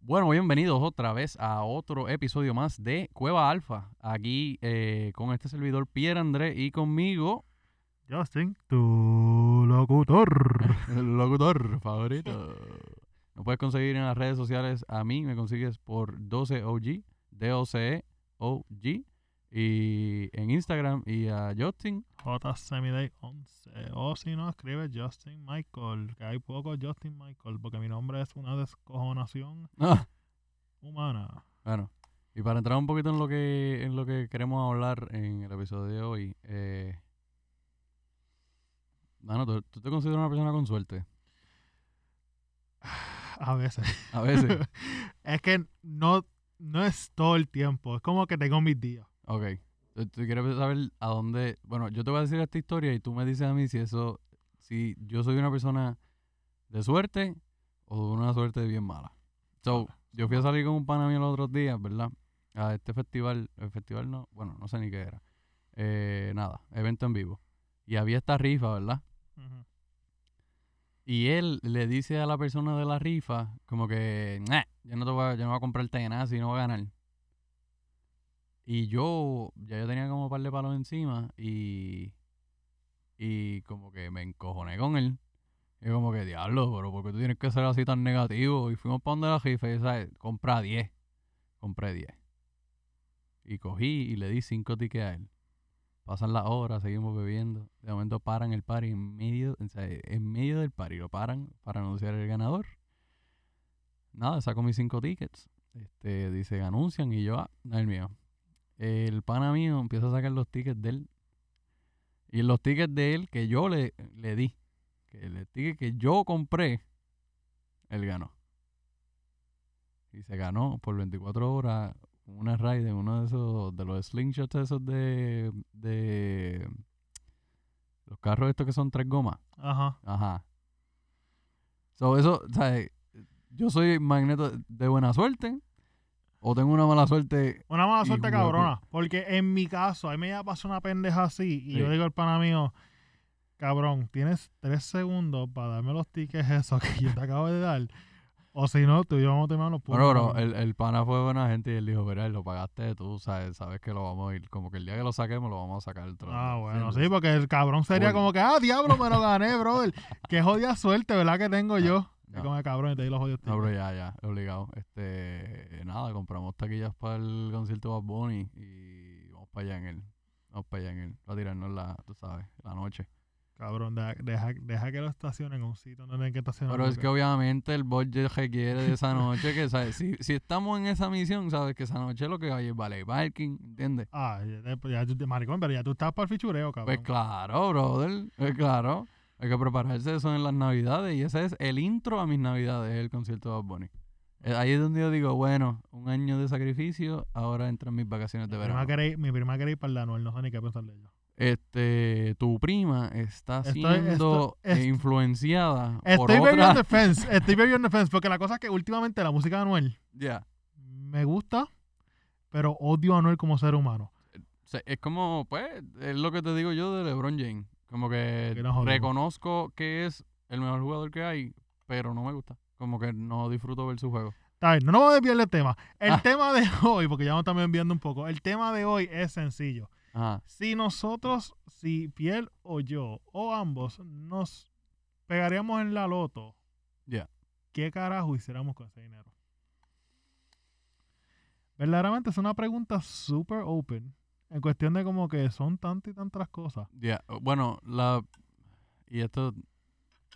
Bueno, bienvenidos otra vez a otro episodio más de Cueva Alfa. Aquí eh, con este servidor Pierre André y conmigo, Justin, tu locutor. el locutor favorito. Nos puedes conseguir en las redes sociales. A mí me consigues por 12OG, D-O-C-E-O-G. E Y en Instagram y a Justin. J Semiday 11. Eh, O si no, escribe Justin Michael. Que hay poco Justin Michael. Porque mi nombre es una descojonación Ah, humana. bueno, y para entrar un poquito en lo que, en lo que queremos hablar en el episodio de hoy. Eh, Mano, ¿tú- ¿tú te consideras una persona con suerte? A veces. A veces. Es que no, no es todo el tiempo. Es como que tengo mis días. ok. Tú, tú quieres saber a dónde. Bueno, yo te voy a decir esta historia y tú me dices a mí si eso. Si yo soy una persona de suerte o de una suerte bien mala. So, yo fui a salir con un pana mío los otros días, ¿verdad? A este festival. El festival no. Bueno, no sé ni qué era. Eh, nada, evento en vivo. Y había esta rifa, ¿verdad? Ujú. Y él le dice a la persona de la rifa, como que, "Nah, yo no te voy a, yo no voy a comprarte nada si no voy a ganar. Y yo, ya yo tenía como un par de palos encima y, y como que me encojoné con él. Y como que, diablo, pero ¿por qué tú tienes que ser así tan negativo? Y fuimos para donde la rifa y, ¿sabes? Compra 10. Compré 10. Y cogí y le di 5 tickets a él. Pasan las horas, seguimos bebiendo. De momento paran el party en medio, o sea, en medio del party lo paran para anunciar el ganador. Nada, saco mis cinco tickets. Este, dice, anuncian y yo, ah, no es el mío. El pana mío empieza a sacar los tickets de él. Y los tickets de él que yo le, le di, que el ticket que yo compré, él ganó. Y se ganó por 24 horas una raid de uno de esos, de los slingshots esos de, de los carros estos que son tres gomas. Ajá. Ajá. So, eso, o sea, eh, Yo soy magneto de buena suerte o tengo una mala suerte. Una mala Y suerte huevo. cabrona. Porque en mi caso, a mí me ya pasó una pendeja así. Sí. Y yo digo al pana mío, cabrón, tienes tres segundos para darme los tickets esos que yo te acabo de dar. O si no, tú y yo vamos a terminar los Bueno, pero eh, cabrón". el, el pana fue buena gente y él dijo, verá, lo pagaste tú, sabes, sabes que lo vamos a ir, como que el día que lo saquemos lo vamos a sacar el trono. Ah, bueno, sí, Sí, porque el cabrón sería Coño. como que, ah, diablo, me lo gané, brother. Qué jodida suerte, ¿verdad? Que tengo yo. no. Es como el cabrón y te di los jodidos No, pero tickets. ya, ya, obligado. Este, nada, compramos taquillas para el concierto de Bad Bunny y vamos para allá en él. Vamos para allá en él, para tirarnos la, tú sabes, la noche. Cabrón, deja, deja, deja que lo estacionen en un sitio donde tienen que estacionar. Pero es que porque- obviamente el budget requiere de esa noche que, ¿sabes? Si, si estamos en esa misión, ¿sabes? Que esa noche lo que hay es vale parking, ¿entiendes? Ah, ya, ya- ya tú te- maricón, pero ya tú estás para el fichureo, cabrón. Pues claro, brother, pues claro. Hay que prepararse eso en las navidades y ese es el intro a mis navidades, el concierto de Bad Bunny. Eh, Ahí es donde yo digo, bueno, un año de sacrificio, ahora entran mis vacaciones de mi, prima verano. quiere ir, mi prima quiere ir para el Anuel, no sé ni qué pensar de ella. Este, tu prima está Estoy- siendo esto- eh, esto- influenciada por Estoy very on otra... the fence, estoy very on the fence, porque la cosa es que últimamente la música de Anuel Ya. me gusta, pero odio a Anuel como ser humano. O sea, es como, pues, es lo que te digo yo de LeBron James. Como que, Que nos jodimos. reconozco que es el mejor jugador que hay, pero no me gusta. Como que no disfruto ver su juego. Está bien, no nos vamos a desviar del tema. El Ah. tema de hoy, porque ya nos estamos enviando un poco, el tema de hoy es sencillo. Ajá. Si nosotros, si Piel o yo, o ambos, nos pegaríamos en la loto, Ya. ¿qué carajo hiciéramos con ese dinero? Verdaderamente es una pregunta super open, en cuestión de como que son tantas y tantas cosas. Ya, Bueno, la... Y esto,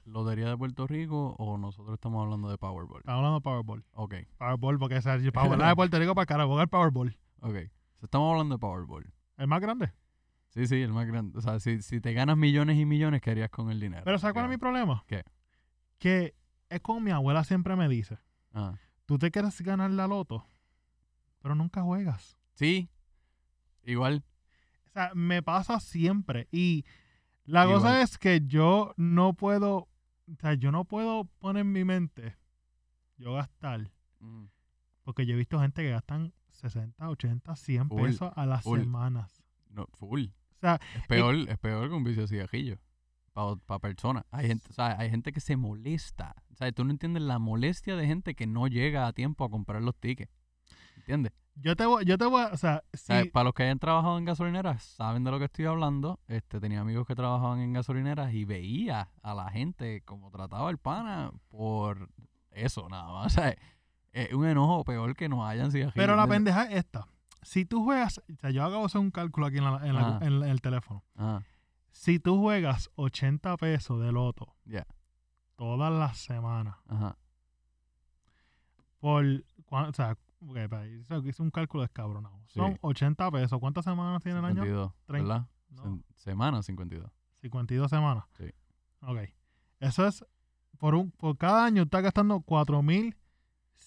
¿lotería de Puerto Rico o nosotros estamos hablando de Powerball? Estamos hablando de Powerball. Ok, Powerball, porque esa es Powerball la de Puerto Rico para el carajo, el Powerball. ok. So, Estamos hablando de Powerball. El más grande. Sí, sí, el más grande. O sea, si, si te ganas millones y millones, ¿qué harías con el dinero? Pero ¿sabes cuál es mi problema? ¿Qué? Que es como mi abuela siempre me dice, Ajá. tú te quieres ganar la loto, pero nunca juegas. Sí, igual. O sea, me pasa siempre. Y la Igual. cosa es que yo no puedo, o sea, yo no puedo poner en mi mente, yo gastar, porque yo he visto gente que gastan 60, 80, 100 Full, pesos a las full. semanas. No, full. O sea, Es peor, es peor que un vicio de cigarrillo. para personas. Hay gente, o sea, hay gente que se molesta. O sea, tú no entiendes la molestia de gente que no llega a tiempo a comprar los tickets. ¿Entiendes? Yo te voy, yo te voy, a- o sea, O si, sea, Para los que hayan trabajado en gasolineras, saben de lo que estoy hablando. Este, tenía amigos que trabajaban en gasolineras y veía a la gente como trataba el pana por eso, nada más. O sea, es un enojo peor que no hayan sido pero la pendeja es esta. Si tú juegas, o sea, yo acabo de hacer un cálculo aquí en, la- en la- Ajá. en la- en el teléfono. Si tú juegas 80 pesos de loto Ya. todas las semanas, ajá. por, cua- o sea, ok, espera, hice, hice un cálculo descabronado. Sí. Son 80 pesos. ¿Cuántas semanas tiene el año? 52, Treinta. ¿verdad? No. Sem- Semana 52. 52 semanas. Sí. Ok. Eso es, por, un, por cada año estás gastando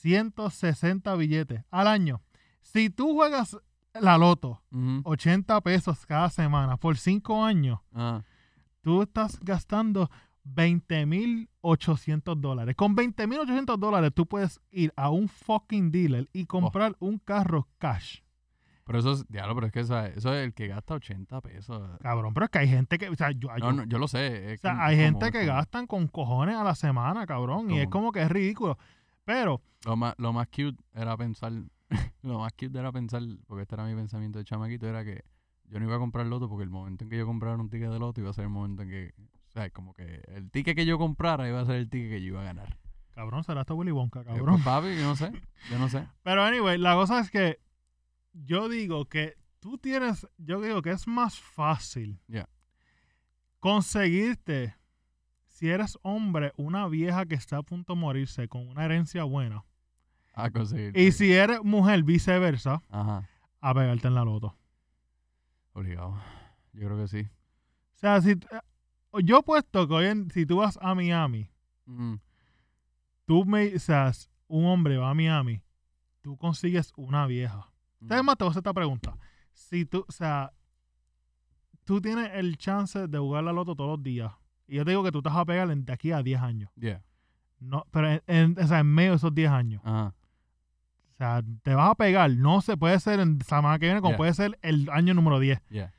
4.160 billetes al año. Si tú juegas la loto, Ujú. 80 pesos cada semana, por 5 años, Ah, tú estás gastando 20.800 dólares. Con 20.800 dólares tú puedes ir a un fucking dealer Oh. y comprar un carro cash. Pero eso es, diablo, pero es que o sea, eso es el que gasta 80 pesos. Cabrón, pero es que hay gente que... O sea, yo, yo- No, no, yo lo sé. O es sea, como- hay es gente como- que es como- gastan con cojones a la semana, cabrón, y es Como- como que es ridículo. Pero, Lo más, lo más cute era pensar, lo más cute era pensar, porque este era mi pensamiento de chamaquito, era que yo no iba a comprar loto porque el momento en que yo comprara un ticket de loto iba a ser el momento en que, o sea, como que el ticket que yo comprara iba a ser el ticket que yo iba a ganar. cabrón, será esto Willy Wonka, Eh, pues, cabrón. papi, yo no sé, yo no sé. Pero, anyway, la cosa es que yo digo que tú tienes, yo digo que es más fácil Ya. conseguirte, si eres hombre, una vieja que está a punto de morirse con una herencia buena. A conseguir. Y si eres mujer, viceversa, Ajá, a pegarte en la loto. obligado. Yo creo que sí. O sea, si, t- eh, yo puesto que hoy en- si tú vas a Miami, Mm, tú me, o sea, s- un hombre va a Miami, tú consigues una vieja. mm. Además, te voy a hacer esta pregunta. Si tú, o sea, tú tienes el chance de jugar la loto todos los días. Y yo te digo que tú te vas a pegar en- de aquí a 10 años. Yeah, No, pero en, en- o sea, en medio de esos 10 años. ajá. O sea, te vas a pegar. No se puede ser en la semana que viene, como Yeah. puede ser el año número 10. Yeah.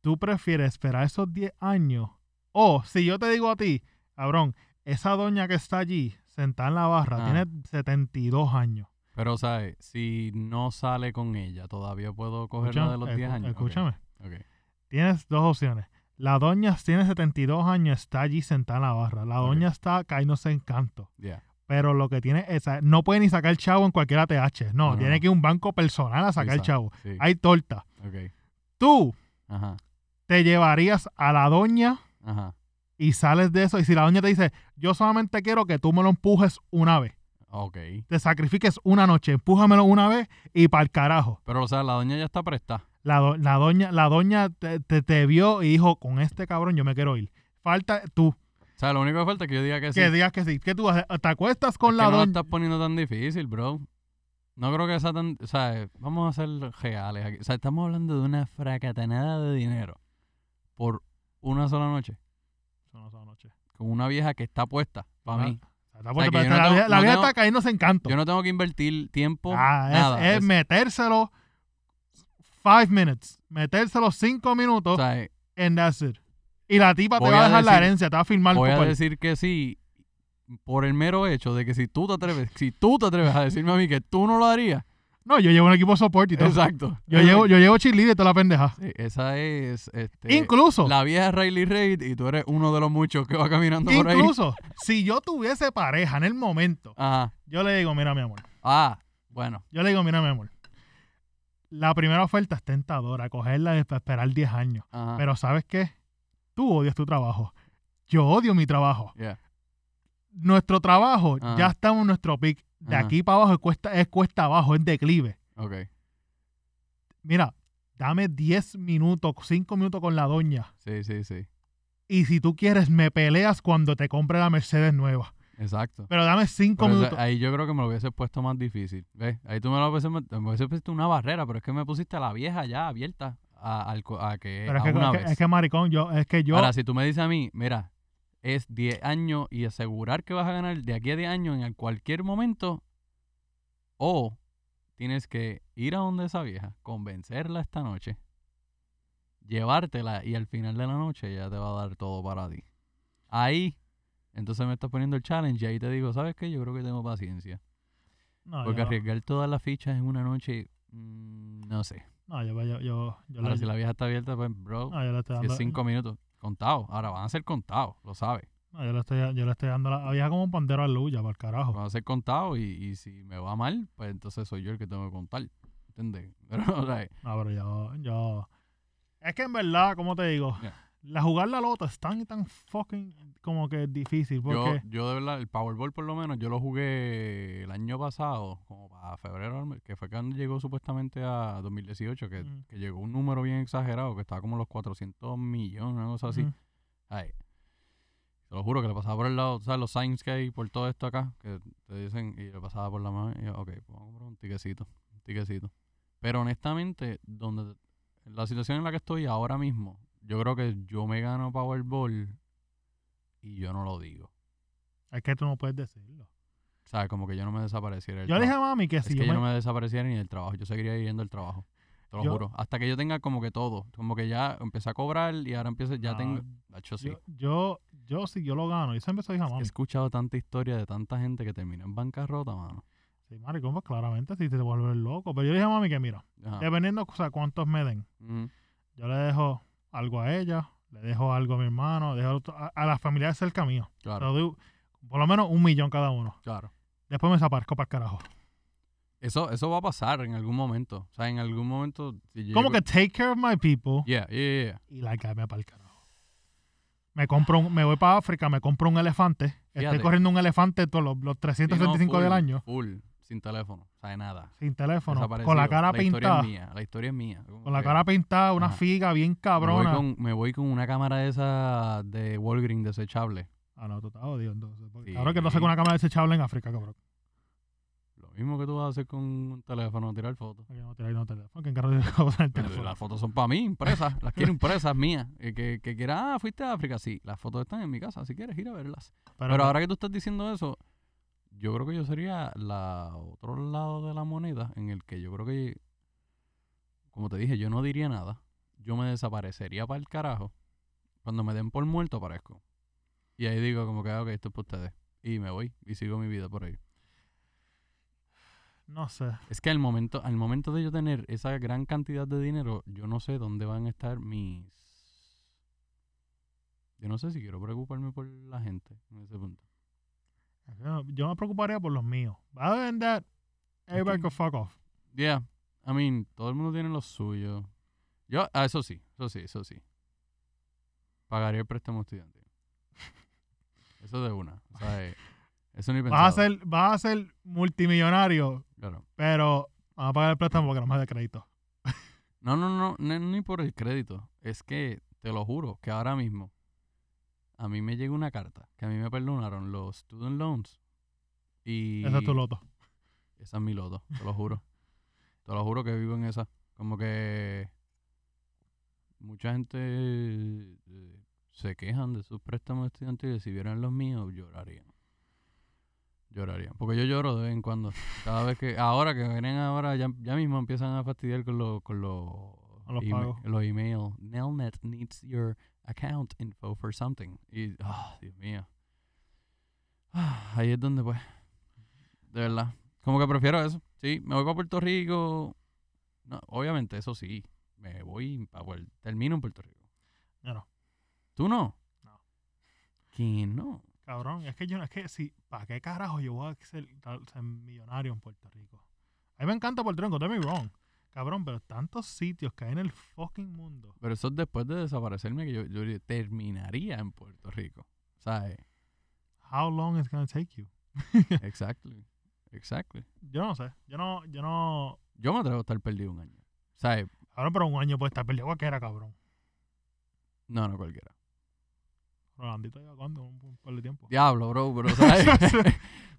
Tú prefieres esperar esos 10 años. O si yo te digo a ti, cabrón, esa doña que está allí, sentada en la barra, Ah. tiene 72 años. Pero, ¿sabes? Si no sale con ella, todavía puedo coger la de los Escúchame, 10 escu- años. Ok, Escúchame. ok. Tienes dos opciones. La doña tiene 72 años, está allí sentada en la barra. La Ok. doña está cayéndose en canto. Yeah. Pero lo que tiene es, no puede ni sacar chavo en cualquier ATH. No, No, no, tiene no. que ir a un banco personal a sacar Exacto, chavo. Sí. Hay torta. Ok. Tú Ajá. te llevarías a la doña Ajá. y sales de eso. Y si la doña te dice, yo solamente quiero que tú me lo empujes una vez, Ok. te sacrifiques una noche, empújamelo una vez y para el carajo. Pero, o sea, la doña ya está presta. La, do- la doña, la doña te, te- te vio y dijo, con este cabrón yo me quiero ir. Falta tú. O sea, lo único que falta es que yo diga que sí. que digas que sí. Que tú haces? te acuestas con Es la que no la doña. estás poniendo tan difícil, bro. No creo que sea tan... O sea, vamos a ser reales aquí. O sea, estamos hablando de una fracatanada de dinero por una sola noche Son las dos noches. con una vieja que está puesta para Ah, mí. O sea, está fuerte, que pero yo no la tengo- vida, la no vida tengo- está cayendo en canto. Yo no tengo que invertir tiempo, Ah, es, nada. es Es- metérselo five minutes. Metérselo cinco o minutos sea, eh, en that's it. Y la tipa te Voy va a a dejar la decir- herencia, te va a firmar voy a papel. decir que sí por el mero hecho de que si tú te atreves, si tú te atreves a decirme a mí que tú no lo harías. No, yo llevo un equipo de soporte y todo. Exacto. Yo llevo, yo llevo cheerleader y toda la pendeja. Sí, esa es este, incluso, la vieja Riley Reid y tú eres uno de los muchos que va caminando por ahí. incluso, si yo tuviese pareja en el momento, Ajá. yo le digo, mira mi amor, Ah, bueno. yo le digo, mira mi amor, la primera oferta es tentadora, cogerla y esperar 10 años. Ajá. Pero ¿sabes qué? Tú odias tu trabajo. Yo odio mi trabajo. Yeah. Nuestro trabajo, Ajá. ya estamos en nuestro pic. De Ajá. aquí para abajo es cuesta, es cuesta abajo, es declive. Ok. Mira, dame 10 minutos, 5 minutos con la doña. Sí, sí, sí. Y si tú quieres, me peleas cuando te compre la Mercedes nueva. Exacto. Pero dame 5 Pero, o sea, minutos. ahí yo creo que me lo hubiese puesto más difícil. ¿Ves? Ahí tú me lo hubiese, me hubiese puesto una barrera, pero es que me pusiste a la vieja ya abierta a, al co- a que, eh, Pero es a que, es una que- vez. es que, maricón, yo, es que yo, Ahora, si tú me dices a mí, mira, es 10 años y asegurar que vas a ganar de aquí a 10 años en cualquier momento, o tienes que ir a donde esa vieja, convencerla esta noche, llevártela y al final de la noche ya te va a dar todo para ti. Ahí, entonces me estás poniendo el challenge y ahí te digo, ¿sabes qué? Yo creo que tengo paciencia. No, Porque yo, arriesgar todas las fichas en una noche, mm, no sé. no, yo, yo, yo, yo Ah, Ahora, le- si la vieja está abierta, pues, bro, no, yo le estoy si dando. es cinco minutos, contado. Ahora van a ser contados, lo sabes. no, yo le estoy, yo le estoy dando la, la vieja como un pandero al luya, para el carajo. Van a ser contados y, y si me va mal, pues entonces soy yo el que tengo que contar. ¿Entiendes? Pero, o sea, No, Ah, pero yo, yo. Es que en verdad, como te digo, Yeah. la jugar la lota es tan, tan fucking como que difícil. yo, Porque yo de verdad, el Powerball por lo menos, yo lo jugué el año pasado, como para febrero, que fue cuando llegó supuestamente a 2018, que, Ujú. que llegó un número bien exagerado, que estaba como los 400 millones, una cosa así. Ujú. Ay, te lo juro que le pasaba por el lado, ¿sabes? Los signs que hay por todo esto acá, que te dicen, y le pasaba por la mano, y yo, ok, pues vamos a comprar un tiquecito, un tiquecito. Pero honestamente, donde la situación en la que estoy ahora mismo, yo creo que yo me gano Powerball y yo no lo digo. es que tú no puedes decirlo. ¿Sabes? Como que yo no me desapareciera. del Yo le dije trabajo. a mami que es si que yo, yo me- no me desapareciera ni del trabajo, yo seguiría yendo al trabajo. Te lo Yo- juro. Hasta que yo tenga como que todo. Como que ya empecé a cobrar y ahora empiezo, ya No, tengo. Nacho, sí. Ah, yo, yo, yo si yo lo gano, yo siempre soy dije a He mami. escuchado tanta historia de tanta gente que terminó en bancarrota, mano. Sí, maricón, pues claramente si te vuelves loco. Pero yo le dije a mami que mira, Ajá. dependiendo, o sea, cuántos me den, Ujú. yo le dejo algo a ella, le dejo algo a mi hermano, dejo otro- a, a la familia cerca mío. Claro, Le doy por lo menos un millón cada uno. claro. Después me desaparezco para el carajo. Eso, eso va a pasar en algún momento. O sea, en algún momento. Si yo Como llego- que take care of my people Yeah, yeah, yeah. y largarme para el carajo. Me compro un- me voy para África, me compro un elefante. Fíjate. Estoy corriendo un elefante todos los, los Sí, no, 365 del full, año, Full, sin teléfono. O sea, de nada. sin teléfono, con la Desaparecido. cara Historia pintada. es mía, la historia es mía. Como Con la que cara pintada, una Ajá. figa bien Me cabrona. voy, con, me voy con una cámara de esa de Walgreens desechable. Ah, no, tú estás jodido entonces. porque Sí. Claro que no sé con una cámara desechable en África, cabrón. Lo mismo que tú vas a hacer con un teléfono, tirar fotos. Porque no tiene no teléfono. que en carro yo voy a usar el Pero teléfono? Las fotos son para mí, impresas. Las quiero impresas mías. Eh, que, que quiera, ah, fuiste a África. Sí, las fotos están en mi casa. Si quieres ir a verlas. Pero, ahora que tú estás diciendo eso, yo creo que yo sería la otro lado de la moneda en el que yo creo que, como te dije, yo no diría nada. Yo me desaparecería para el carajo. Cuando me den por muerto aparezco. Y ahí digo como que, "Ah, ok, esto es para ustedes. Y me voy y sigo mi vida por ahí. No sé. Es que al momento, al momento de yo tener esa gran cantidad de dinero, yo no sé dónde van a estar mis... Yo no sé si quiero preocuparme por la gente en ese punto. Yo- Yo me preocuparía por los míos. Other than that, everybody Ok. can fuck off. Yeah, I mean, todo el mundo tiene lo suyo. Yo, ah, eso sí, eso sí, eso sí. Pagaría el préstamo estudiantil. Eso de una. O sea, eh, eso ni pensado. Vas a, ser, vas a ser multimillonario, Claro. pero vas a pagar el préstamo porque no me da crédito. No, no, no, no, ni por el crédito. Es que, te lo juro, que ahora mismo a mí me llegó una carta que a mí me perdonaron los student loans. Y Ese es tu loto. Esa es mi loto, te lo juro. te lo juro que vivo en esa. Como que mucha gente eh, se quejan de sus préstamos estudiantiles. Si vieran los míos, llorarían. Llorarían. Porque yo lloro de vez en cuando. Cada vez que. Ahora que vienen ahora, ya, ya mismo empiezan a fastidiar con, lo- con los Con los email- pagos. los emails. Nelnet needs your account info for something. Y. ah, Dios mío. Ah, ahí es donde, pues. De verdad. Como que prefiero eso. Sí, me voy para Puerto Rico. No, obviamente, eso sí. Me voy para termino en Puerto Rico. Yo no. ¿Tú no? No. ¿Quién no? Cabrón, es que yo no, es que si, ¿para qué carajo yo voy a ser, tal- ser millonario en Puerto Rico? A mí me encanta Puerto Rico, don't me wrong. Cabrón, pero tantos sitios que hay en el fucking mundo. Pero eso es después de desaparecerme que yo, yo terminaría en Puerto Rico. ¿Sabes? How long is gonna take you? Exactly. Exactly. Yo no sé. Yo no, yo no. Yo me atrevo a estar perdido un año. ¿Sabes? Ahora pero un año puede estar perdido cualquiera, cabrón. No, no cualquiera. Rolandito lleva cuánto, un, un par de tiempo. Diablo, bro, pero ¿sabes?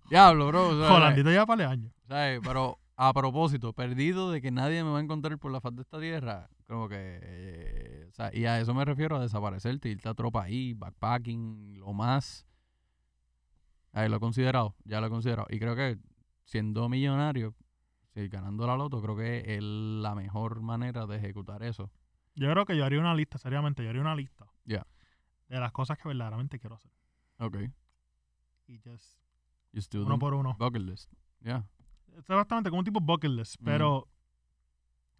Diablo, bro. ¿sabes? Rolandito lleva par de años. ¿Sabes? Pero a propósito, perdido de que nadie me va a encontrar por la faz de esta tierra, como que... eh, o sea, y a eso me refiero, a desaparecerte, irte a otro país, backpacking, lo más... Ahí lo he considerado, ya lo he considerado. Y creo que siendo millonario, sí, ganando la loto, creo que es el- la mejor manera de ejecutar eso. Yo creo que yo haría una lista, seriamente, yo haría una lista. Yeah. De las cosas que verdaderamente quiero hacer. Ok. Y just Just do uno them. por uno. Bucket list. Yeah. Es bastante como un tipo bucket list, pero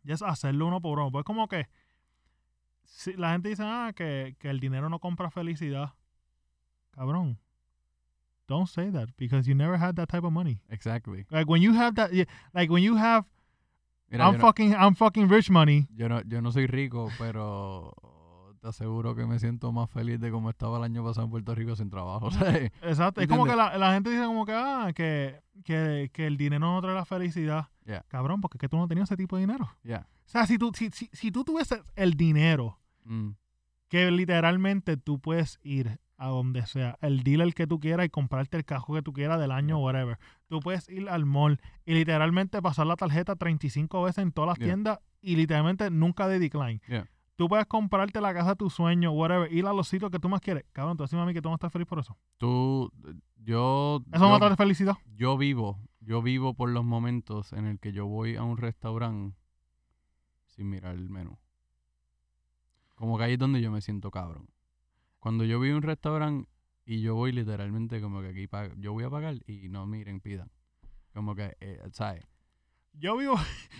just hacerlo uno por uno. Pues como que si la gente dice, ah, que, que el dinero no compra felicidad. Cabrón. Don't say that because you never had that type of money. Exactly. Like when you have that, yeah, like when you have Mira, I'm yo, no, fucking I'm fucking rich money. yo, no, yo no soy rico, pero te aseguro que me siento más feliz de cómo estaba el año pasado en Puerto Rico sin trabajo. O sea, Exacto. Es como que la, la gente dice como que, ah, que, que, que el dinero no trae la felicidad. Yeah. Cabrón, porque es que tú no tenías ese tipo de dinero. Yeah. O sea, si tú, si, si, si tú tuvieses el dinero, mm, que literalmente tú puedes ir a donde sea, el dealer que tú quieras y comprarte el cajo que tú quieras del año whatever. Tú puedes ir al mall y literalmente pasar la tarjeta 35 veces en todas las Yeah. tiendas y literalmente nunca de decline. Yeah. Tú puedes comprarte la casa de tus sueños, whatever, ir a los sitios que tú más quieres. Cabrón, tú decime a mí que tú no estás feliz por eso. tú, yo, Eso no va yo- a traer felicidad. yo vivo, yo vivo por los momentos en el que yo voy a un restaurante sin mirar el menú. Como que ahí es donde yo me siento cabrón. Cuando yo voy a un restaurante y yo voy literalmente como que aquí pa- yo voy a pagar y no miren, pidan. Como que, eh, ¿sabes? Yo vivo,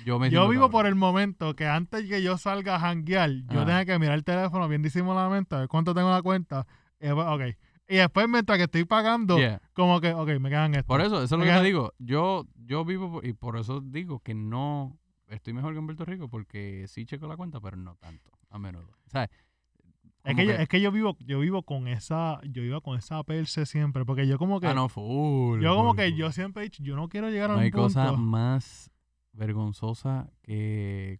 Yo me yo siento vivo cabrón. por el momento que antes que yo salga a janguear, yo Ajá. tenga que mirar el teléfono bien disimuladamente, a ver cuánto tengo en la cuenta. Y después, ok. Y después, mientras que estoy pagando, Yeah. como que, ok, me quedan estos. Por eso, eso es lo que Acá- te digo. Yo, yo vivo por- y por eso digo que no estoy mejor que en Puerto Rico porque sí checo la cuenta, pero no tanto, a menudo. ¿Sabes? es, Como que yo, es que yo vivo, yo vivo con esa, yo vivo con esa perse siempre, porque yo como que, Ah, no, full, yo como full, que full. yo siempre he dicho, yo no quiero llegar a No un hay punto. cosa más vergonzosa que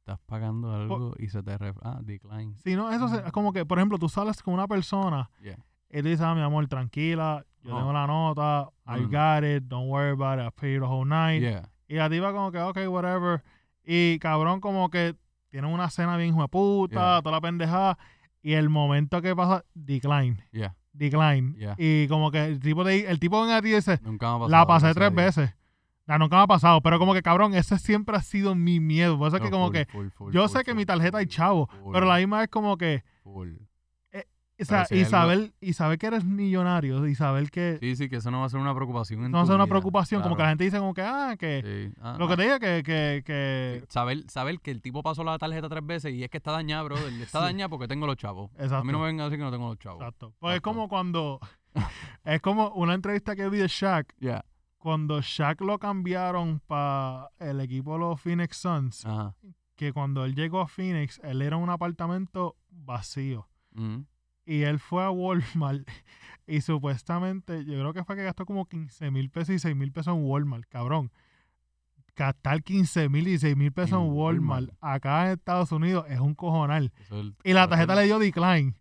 estás pagando algo y se te ref ah, decline. Si no, eso se- es como que, por ejemplo, tú sales con una persona Mm. Yeah. Oh. y le dices, ah, mi amor, tranquila, yo No. tengo la nota, No, I no, got it, don't worry about it, I paid the whole night. Yeah. Y la tipa como que, ok, whatever. Y cabrón, como que tienen una cena bien hijo de puta, Yeah. toda la pendejada. Y el momento que pasa, decline, Yeah. decline. Yeah. Y como que el tipo, de, el tipo en a ti dice, Nunca me ha pasado. la pasé gracias a tres Dios. veces. La nunca me ha pasado. Pero como que cabrón, ese siempre ha sido mi miedo. Por eso es que No, como full, que, full, full, yo full, sé que mi full, tarjeta hay full, chavo, full, pero la misma es como que, full. o sea, si hay y, algo- saber, y saber que eres millonario, y saber que Sí, sí, que eso no va a ser una preocupación. en no va a tu ser una vida, preocupación. Como que la claro. gente dice como que, ah, que... Sí. Ah, Lo ah, que te digo que... que, sí. que Saber, saber que el tipo pasó la tarjeta tres veces y es que está dañada, bro. Está Sí. dañada porque tengo los chavos. A Exacto. mí no me vengan a decir que no tengo los chavos. Exacto. Pues es Exacto. como cuando. es como una entrevista que vi de Shaq. Yeah. Cuando Shaq lo cambiaron para el equipo de los Phoenix Suns, Ajá. que cuando él llegó a Phoenix, él era un apartamento vacío. Mm. Y él fue a Walmart y supuestamente, yo creo que fue que gastó como 15 mil pesos y 6 mil pesos en Walmart, cabrón. Gastar 15 mil y 6 mil pesos en, En Walmart, Walmart. acá en Estados Unidos es un cojonal. Eso es el- Y la eso es tarjeta el- le dio decline.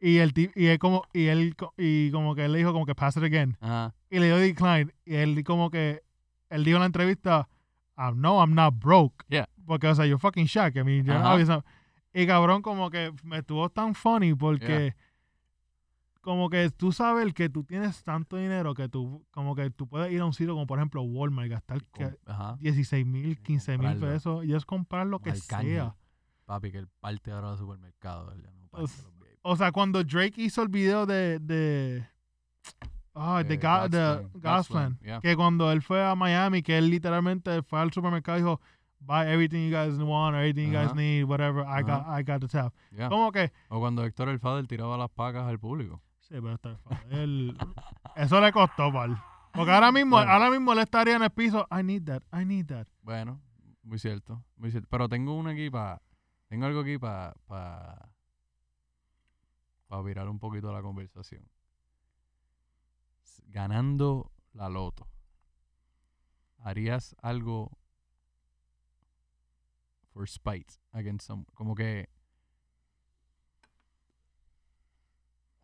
Y el ti- y él como, y él co- y como que él le dijo como que pass it again. Ajá. Y le dio decline. Y él como que él dijo en la entrevista, "Ah, no, I'm not broke. Yeah. Porque, o sea, you're fucking Shaq. I mean, you're Ajá. obvious- Y cabrón, como que me estuvo tan funny porque como que tú sabes el que tú tienes tanto dinero que tú, como que tú puedes ir a un sitio como por ejemplo Walmart y gastar que Com- Ajá. 16 mil, 15 mil comprarlo. pesos y es comprar lo que Al canje. sea. Papi, que el parte ahora del supermercado. él ya no parte Uf. los VIP. O sea, cuando Drake hizo el video de. de ah, de Eh, Ga- de God's plan, God's Godsplan. plan, yeah. Que cuando él fue a Miami, que él literalmente fue al supermercado y dijo: Buy everything you guys want, or everything you guys Ajá. Ah. need, whatever, I, got, I got the tab. Yeah. Como que. O cuando Héctor el Fader tiraba las pacas al público. Sí, pero está él- Eso le costó, pal. Porque ahora mismo, Bueno. ahora mismo él estaría en el piso: I need that, I need that. Bueno, muy cierto. Muy cierto. Pero tengo una aquí para. Tengo algo aquí para. Para virar un poquito la conversación. S- Ganando la loto. ¿Harías algo. For spite against some. Como que.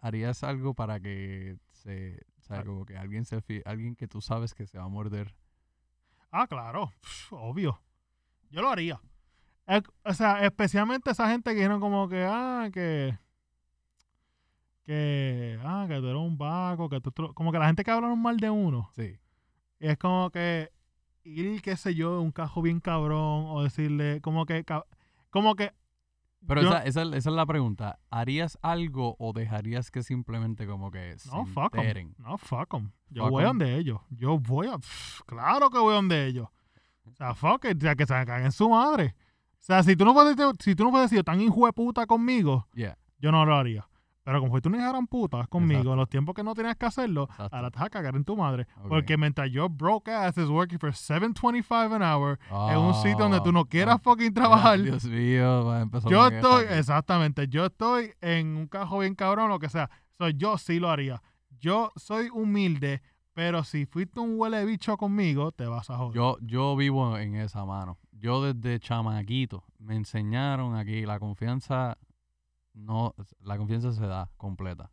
¿Harías algo para que se. O sea, Ah. como que alguien se fie- alguien que tú sabes que se va a morder. Ah, claro, pf, obvio. Yo lo haría. Eh, O sea, especialmente esa gente que dijeron como que, ah, que, que, ah, que tú eres un vago, que tú, tú- como que la gente que hablaron mal de uno, Sí. y es como que ir, qué sé yo, un cajo bien cabrón, o decirle, como que, ca- como que Pero Yo- esa, esa, esa es la pregunta. ¿Harías algo o dejarías que simplemente como que se No, fuck 'em. enteren? No, fuck 'em. Yo Fuck voy 'em. donde ellos. Yo voy a. pff, claro que voy donde ellos. O sea, fuck it. O sea, que se caguen su madre. O sea, si tú no fueses, si tú no fueses sido tan hijo de puta conmigo, Yeah, yo no lo haría. Pero como fuiste una hija de puta conmigo Exacto. en los tiempos que no tenías que hacerlo, exacto. ahora te vas a cagar en tu madre. Ok. Porque mientras yo broke ass is working for 7.25 an hour en un sitio donde tú Ah, no quieras fucking mira, trabajar, Dios mío, va a empezar yo una guerra estoy, aquí. exactamente, yo estoy en un cajo bien cabrón, lo que sea. So, yo sí lo haría. Yo soy humilde, pero si fuiste un huele bicho conmigo, te vas a joder. Yo, yo vivo en esa mano. Yo desde chamaquito me enseñaron aquí la confianza no la confianza se da completa.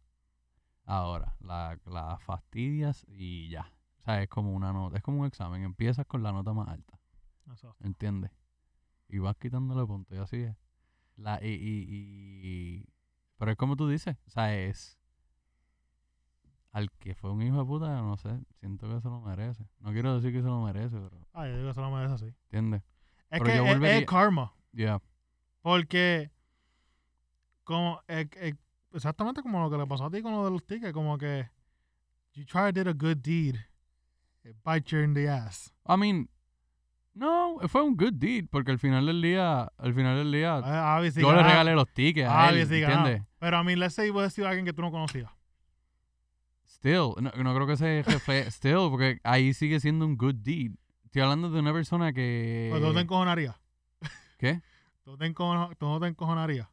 Ahora, la, la fastidias y ya. O sea, es como una nota, es como un examen, empiezas con la nota más alta, Exacto. ¿entiendes? Y vas quitándole puntos y así es. La, y, y- y- pero es como tú dices, o sea, es al que fue un hijo de puta, no sé, siento que se lo merece. No quiero decir que se lo merece, pero Ay, yo digo, eso no me así. ¿Entiendes? Es Pero que yo es- es, volvería- karma. Yeah. Porque, como, es- es- exactamente como lo que le pasó a ti con lo de los tickets, como que, you try to did a good deed, it bites you in the ass. I mean, no, fue un good deed porque al final del día, al final del día, Ah, obviously, yo le ganaba. regalé los tickets a Ah, él, bien, sí, ganaba. ¿entiendes? Pero a mí, let's say, voy a decir a alguien que tú no conocías. Still, no, no creo que se refleje, still, porque ahí sigue siendo un good deed. Estoy hablando de una persona que... Pues, ¿Tú te encojonarías? ¿Qué? ¿Tú, te encojo- tú no te encojonarías?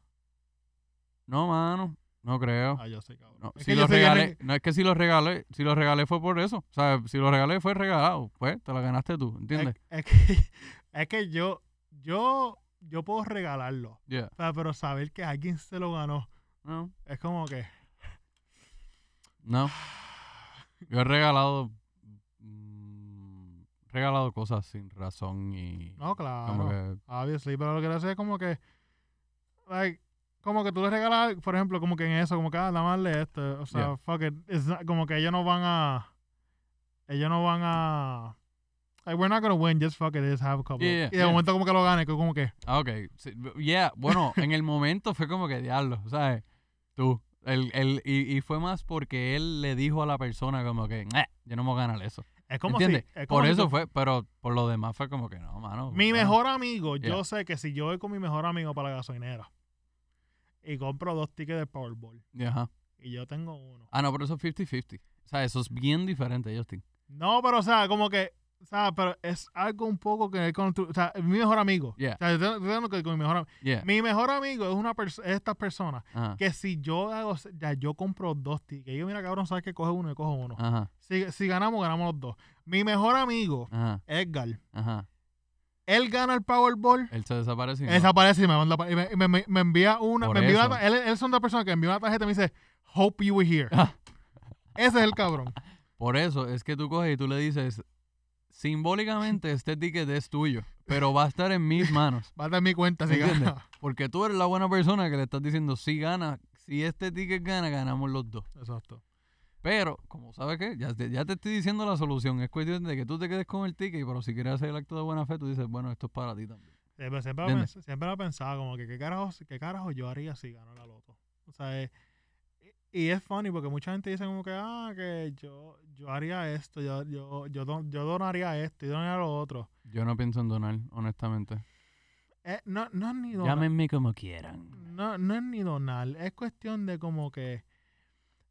No, mano, no creo. Ah, yo sé, cabrón. No, Es si que yo los soy bien regalé, en- no es que si los regalé, si los regalé fue por eso. O sea, si los regalé fue regalado, pues te lo ganaste tú, ¿entiendes? Es, es que, es que yo, yo, yo puedo regalarlo. Yeah. O sea, pero saber que alguien se lo ganó No, es como que... no. Yo he regalado, mm, regalado cosas sin razón y... No, claro. Como que, Obviously, Ah, pero lo que le hace es como que... Like, como que tú le regalas, por ejemplo, como que en eso, como que, ah, dame darle esto. O sea, Yeah. fuck it. It's not- como que ellos no van a... Ellos no van a... Like, we're not gonna win, just fuck it, just have a couple. Yeah, yeah, y de yeah. momento como que lo gane, que como que... ah, ok. Sí, b- yeah, bueno, en el momento fue como que diablo, ¿sabes? Tú. El, el, y, y fue más porque él le dijo a la persona como que, "Nah, yo no me voy a ganar eso. Es como ¿Entiendes? si... es como Por si eso tú- fue, pero por lo demás fue como que no, mano. Mi bueno". mejor amigo, Yeah. yo sé que si yo voy con mi mejor amigo para la gasolinera y compro dos tickets de Powerball Y ajá. y yo tengo uno. Ah, no, pero eso es 50-50. O sea, eso es bien diferente, Justin. No, pero o sea, como que, o sea, pero es algo un poco que es con tu- o sea, es mi mejor amigo. Yeah. O sea, yo tengo- yo tengo que con mi mejor amigo. Yeah. Mi mejor amigo es una persona, esta persona Ajá. que si yo hago, ya yo compro dos tickets, yo mira cabrón, sabes que coge uno y cojo uno. Ajá. Si, si ganamos, ganamos los dos. Mi mejor amigo, Ajá. Edgar, Ajá. él gana el Powerball Él se desapareció. ¿no? Desaparece y me manda pa- y me, y me- me- me envía una. Por Me envía eso. una- él, él es una persona que envía una tarjeta y me dice, Hope you were here. Ah. Ese es el cabrón. Por eso es que tú coges y tú le dices, simbólicamente este ticket es tuyo, pero va a estar en mis manos. Va a dar mi cuenta. Si ¿Entiendes? gana. Porque tú eres la buena persona que le estás diciendo, si gana, si este ticket gana, ganamos los dos. Exacto. Pero, como sabes que, ya, te- ya te estoy diciendo la solución. Es cuestión de que tú te quedes con el ticket, pero si quieres hacer el acto de buena fe, tú dices, bueno, esto es para ti también. Siempre, siempre, lo, ¿Entiendes? pens- siempre lo he pensado como que qué carajo, qué carajo yo haría si gano la loto. O sea, eh, y, y es funny porque mucha gente dice como que, ah, que yo, yo haría esto, yo, yo, yo, don- yo donaría esto, yo donaría lo otro. Yo no pienso en donar, honestamente. Eh, no, no es ni donar. Llámenme como quieran. No, no es ni donar, es cuestión de como que,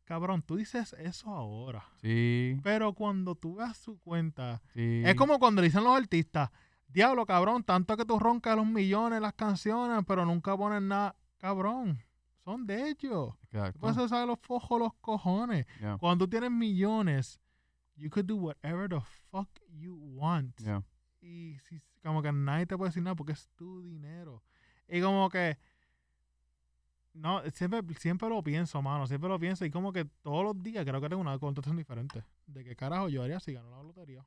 cabrón, tú dices eso ahora, Sí, pero cuando tú veas su cuenta, sí. es como cuando dicen los artistas, diablo, cabrón, tanto que tú roncas los millones, las canciones, pero nunca pones nada, cabrón, son de ellos. Exacto. Pues eso sabe los fojos, los cojones. Ah. Yeah, Cuando tú tienes millones, you could do whatever the fuck you want yeah. y si, como que nadie te puede decir nada porque es tu dinero. Y como que no, siempre, siempre lo pienso, mano, siempre lo pienso. Y como que todos los días creo que tengo una contestación diferente. De qué carajo yo haría si ganó la lotería.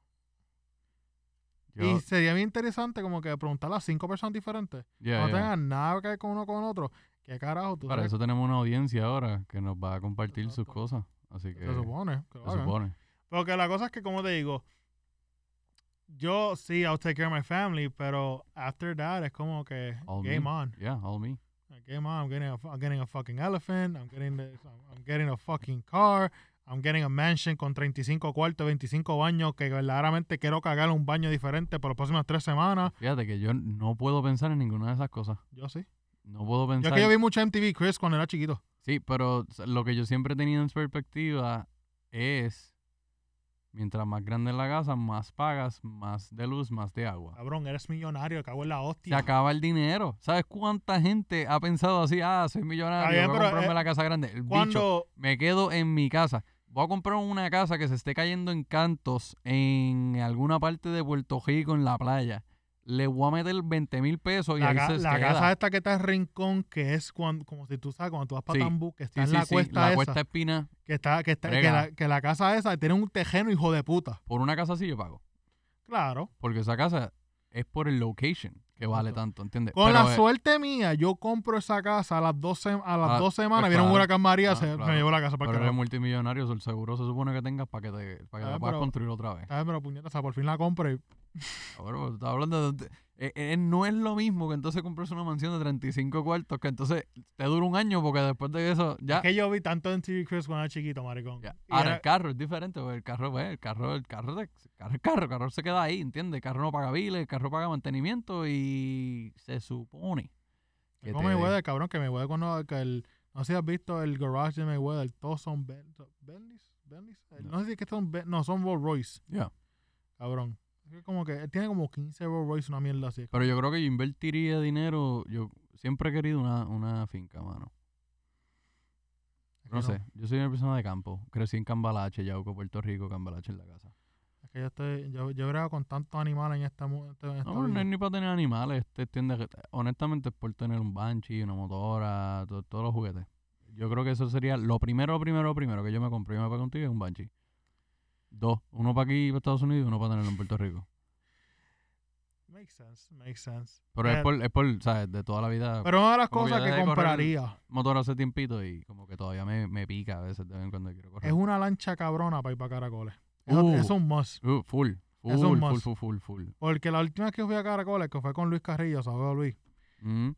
Yo- Y sería bien interesante como que preguntarle a cinco personas diferentes. yeah, no yeah. tengan nada que ver con uno con otro. ¿Qué carajo tú Para sabes? eso tenemos una audiencia ahora que nos va a compartir sus Exacto. cosas. Así que, Se supone. que lo se hagan. supone. Porque la cosa es que, como te digo, yo sí, I'll take care of my family, pero after that es como que All game me. on. Yeah, all me. Game game on. I'm getting a, I'm getting a fucking elephant. I'm getting this, I'm, I'm getting a fucking car. I'm getting a mansion con 35 cuartos, 25 baños, que verdaderamente quiero cagar un baño diferente por las próximas tres semanas. Fíjate que yo no puedo pensar en ninguna de esas cosas. Yo sí. No puedo Yo pensar. es que yo vi mucho MTV Chris cuando era chiquito. Sí, pero o sea, lo que yo siempre he tenido en perspectiva es, mientras más grande es la casa, más pagas, más de luz, más de agua. Cabrón, eres millonario, cago en la Se hostia. acaba el dinero. ¿Sabes cuánta gente ha pensado así? Ah, soy millonario, bien, voy a pero, comprarme eh, la casa grande. El bicho, Cuando me quedo en mi casa. Voy a comprar una casa que se esté cayendo en cantos en alguna parte de Puerto Rico, en la playa. Le voy a meter 20 mil pesos y la, ahí ca- se la queda. casa esta que está en rincón, que es cuando, como si tú sabes, cuando tú vas para Sí. Tambú, que Sí, está en sí, la sí, cuesta la esa, cuesta espina. que está, que está, que Brega. la, que la casa esa tiene un tejeno hijo de puta. Por una casa sí yo pago. Claro. Porque esa casa es por el location que vale Exacto. tanto, ¿entiendes? Con Pero, la eh, suerte mía, yo compro esa casa a las dos, sem- a las Ah, dos semanas. pues Vieron un claro. huracán María, Ah, se claro. me llevó la casa pero para el eres carajo. multimillonario, el seguro se supone que tengas para que te para que Ah, la puedas pero- construir otra vez. ¿Sabes? Pero puñeta, o sea, por fin la compro y Cabrón, pero estás hablando de- de- eh, eh, no es lo mismo que entonces compres una mansión de 35 cuartos, que entonces te dura un año porque después de eso ya... Es que yo vi tanto en TV Chris cuando era chiquito, maricón. ya. Y Ahora era- el carro es diferente, porque el carro, pues, el carro, el carro, te- el carro, el carro, el carro se queda ahí, ¿entiendes? El carro no paga biles, el carro paga mantenimiento y se supone que ¿Cómo te- me huele, cabrón? Que me huele cuando que el, no sé si has visto el garage de Mayweather, el todos son Ben- Bentleys, Bentleys, eh, No. no. sé si es que son Ben- no, son Rolls Royce, Ya. cabrón. Es que como que él tiene como 15 Rolls Royce, una mierda así. Pero yo creo que yo invertiría dinero. Yo siempre he querido una, una finca, mano. Es que No sé, yo soy una persona de campo. Crecí en Cambalache, Yauco, Puerto Rico, Cambalache en la casa. Es que yo estoy, yo, yo he bregado con tantos animales en esta, mu- en esta- en este esta No, pero no vida. es ni para tener animales. Te entiendes que- honestamente es por tener un banshee, una motora, to- todos los juguetes. Yo creo que eso sería lo primero, lo primero, lo primero que yo me compré. Yo me pagué contigo es un banshee. Dos, uno para aquí, para Estados Unidos, y uno para tenerlo en Puerto Rico. Makes sense, makes sense. Pero es Eh, por, es por, ¿sabes? De toda la vida. Pero una de las como que cosas yo que dejé de correr el- compraría motor hace tiempito y como que todavía me, me pica a veces de vez en cuando quiero correr. es una lancha cabrona para ir para Caracoles. Eso, Uh. eso es un must. Uh, full. Full, Es un full, must. full, full, full. Porque la última vez que fui a Caracoles, que fue con Luis Carrillo, saludos Luis, Mm.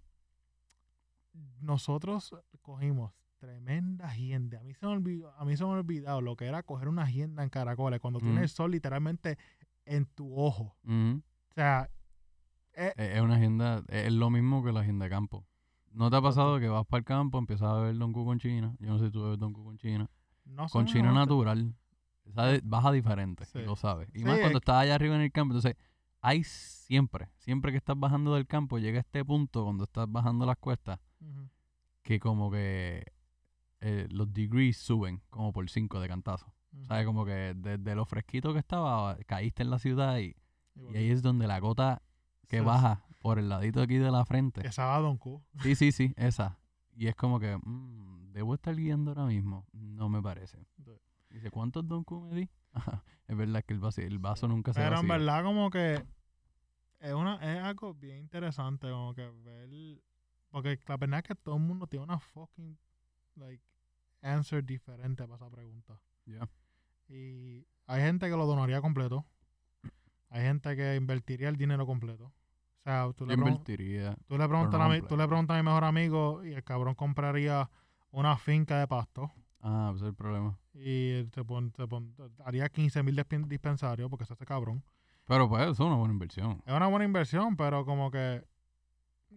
nosotros cogimos tremenda hiende. A mí se me olvidó, a mí se me ha olvidado lo que era coger una hienda en Caracoles cuando Mm. tienes el sol literalmente en tu ojo. mhm. O sea, Es es una agenda, es es lo mismo que la agenda de campo. ¿No te ha pasado que vas para el campo, empiezas a ver Don Q con China? Yo no sé si tú ves Don Q con China. no sé, Con no, China no, natural. sabe- Baja diferente, Sí. y lo sabes. Y Sí, más es cuando que- estás allá arriba en el campo. Entonces, hay siempre, siempre que estás bajando del campo, llega este punto cuando estás bajando las cuestas, Ujú. que como que eh, los degrees suben como por 5 de cantazo. Ujú. ¿Sabes? Como que desde lo fresquito que estaba, caíste en la ciudad y, y Igual. ahí es donde la gota que Esa- baja por el ladito aquí de la frente. Esa va a Don Q. Sí, sí, sí, esa. Y es como que, mm, ¿debo estar guiando ahora mismo? No me parece. Dice, ¿cuántos Don Q me di? es verdad que el, vaci- el vaso nunca se Pero en vacía. verdad como que es, una, es algo bien interesante como que ver... Porque la verdad es que todo el mundo tiene una fucking, like, answer diferente para esa pregunta. Ya. Y hay gente que lo donaría completo. Hay gente que invertiría el dinero completo. O sea, tú Yo le, pregun- invertiría. tú le preguntas no a mi, completo. tú le preguntas a mi mejor amigo y el cabrón compraría una finca de pasto Ah, pues es el problema. y te, pon- te pon- haría 15 mil dispensarios porque es este cabrón. Pero pues es una buena inversión. Es una buena inversión, pero como que,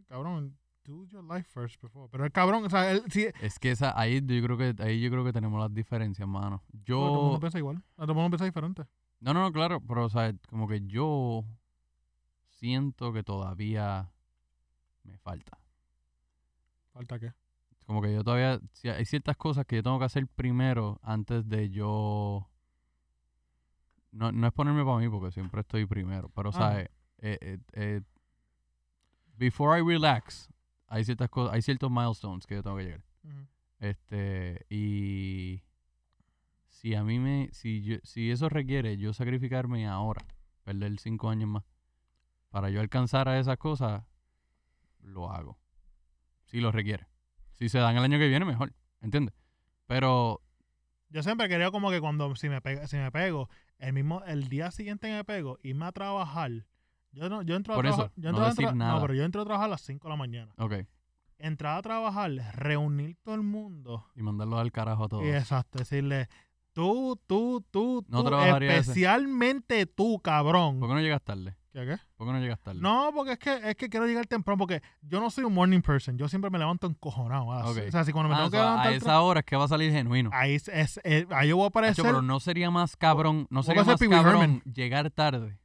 cabrón, do your life first before. Pero el cabrón, o sea, él sí, Es que esa, ahí yo creo que ahí yo creo que tenemos las diferencias, mano. pero todo el Yo mundo piensa igual. Todo el mundo piensa diferente. No, no, no, claro, pero o sea, como que yo siento que todavía me falta. Falta que. Como que yo todavía, si hay ciertas cosas que yo tengo que hacer primero antes de yo... No, no es ponerme para mí porque siempre estoy primero, pero o sea, Ah. eh, eh, eh, before I relax, hay ciertas cosas, hay ciertos milestones que yo tengo que llegar. Ujú. Este, y si a mí me, si, yo- si eso requiere yo sacrificarme ahora, perder cinco años más, para yo alcanzar a esas cosas, lo hago. Si lo requiere. Si se dan el año que viene, mejor, ¿entiendes? Pero, Yo siempre quería como que cuando si me pego, si me pego, el mismo el día siguiente que me pego, irme a trabajar. Yo no, yo entro a Por eso, trabajar, yo no entro a decir tra- nada. pero yo entro a trabajar a las 5 de la mañana. ok, entrar a trabajar, reunir todo el mundo. Y mandarlos al carajo a todos. Y exacto, decirle, tú, tú, tú, No tú, trabajaría ese. especialmente tú, cabrón. ¿Por qué no llegas tarde? ¿Qué, qué? ¿Por qué no llegas tarde? No, porque es que, es que quiero llegar temprano, porque yo no soy un morning person, yo siempre me levanto encojonado. a las- Ok. O sea, si cuando me Ah, tengo o que sea, levantar, a esa hora es que va a salir genuino. ahí, es, es- eh, ahí yo voy a Hacho, aparecer pero no sería más cabrón, no voy a sería ser más Pee Wee cabrón llegar tarde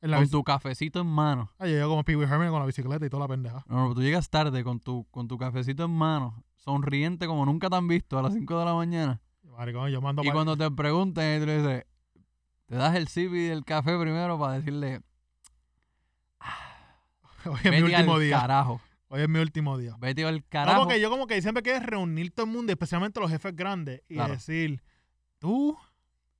en la con bici- tu cafecito en mano. Ay, yo llego como Pee Wee Herman con la bicicleta y toda la pendeja. No, no, tú llegas tarde con tu, con tu cafecito en mano, sonriente como nunca te han visto a las 5 de la mañana. Maricón, yo mando Y pa- cuando te pregunten, tú le dices, te das el sip y el café primero para decirle, Hoy es mi vete último al día. carajo, Hoy es mi último día. vete al No, carajo. porque yo como que siempre quiero reunir todo el mundo, especialmente los jefes grandes, y Claro. decir, tú,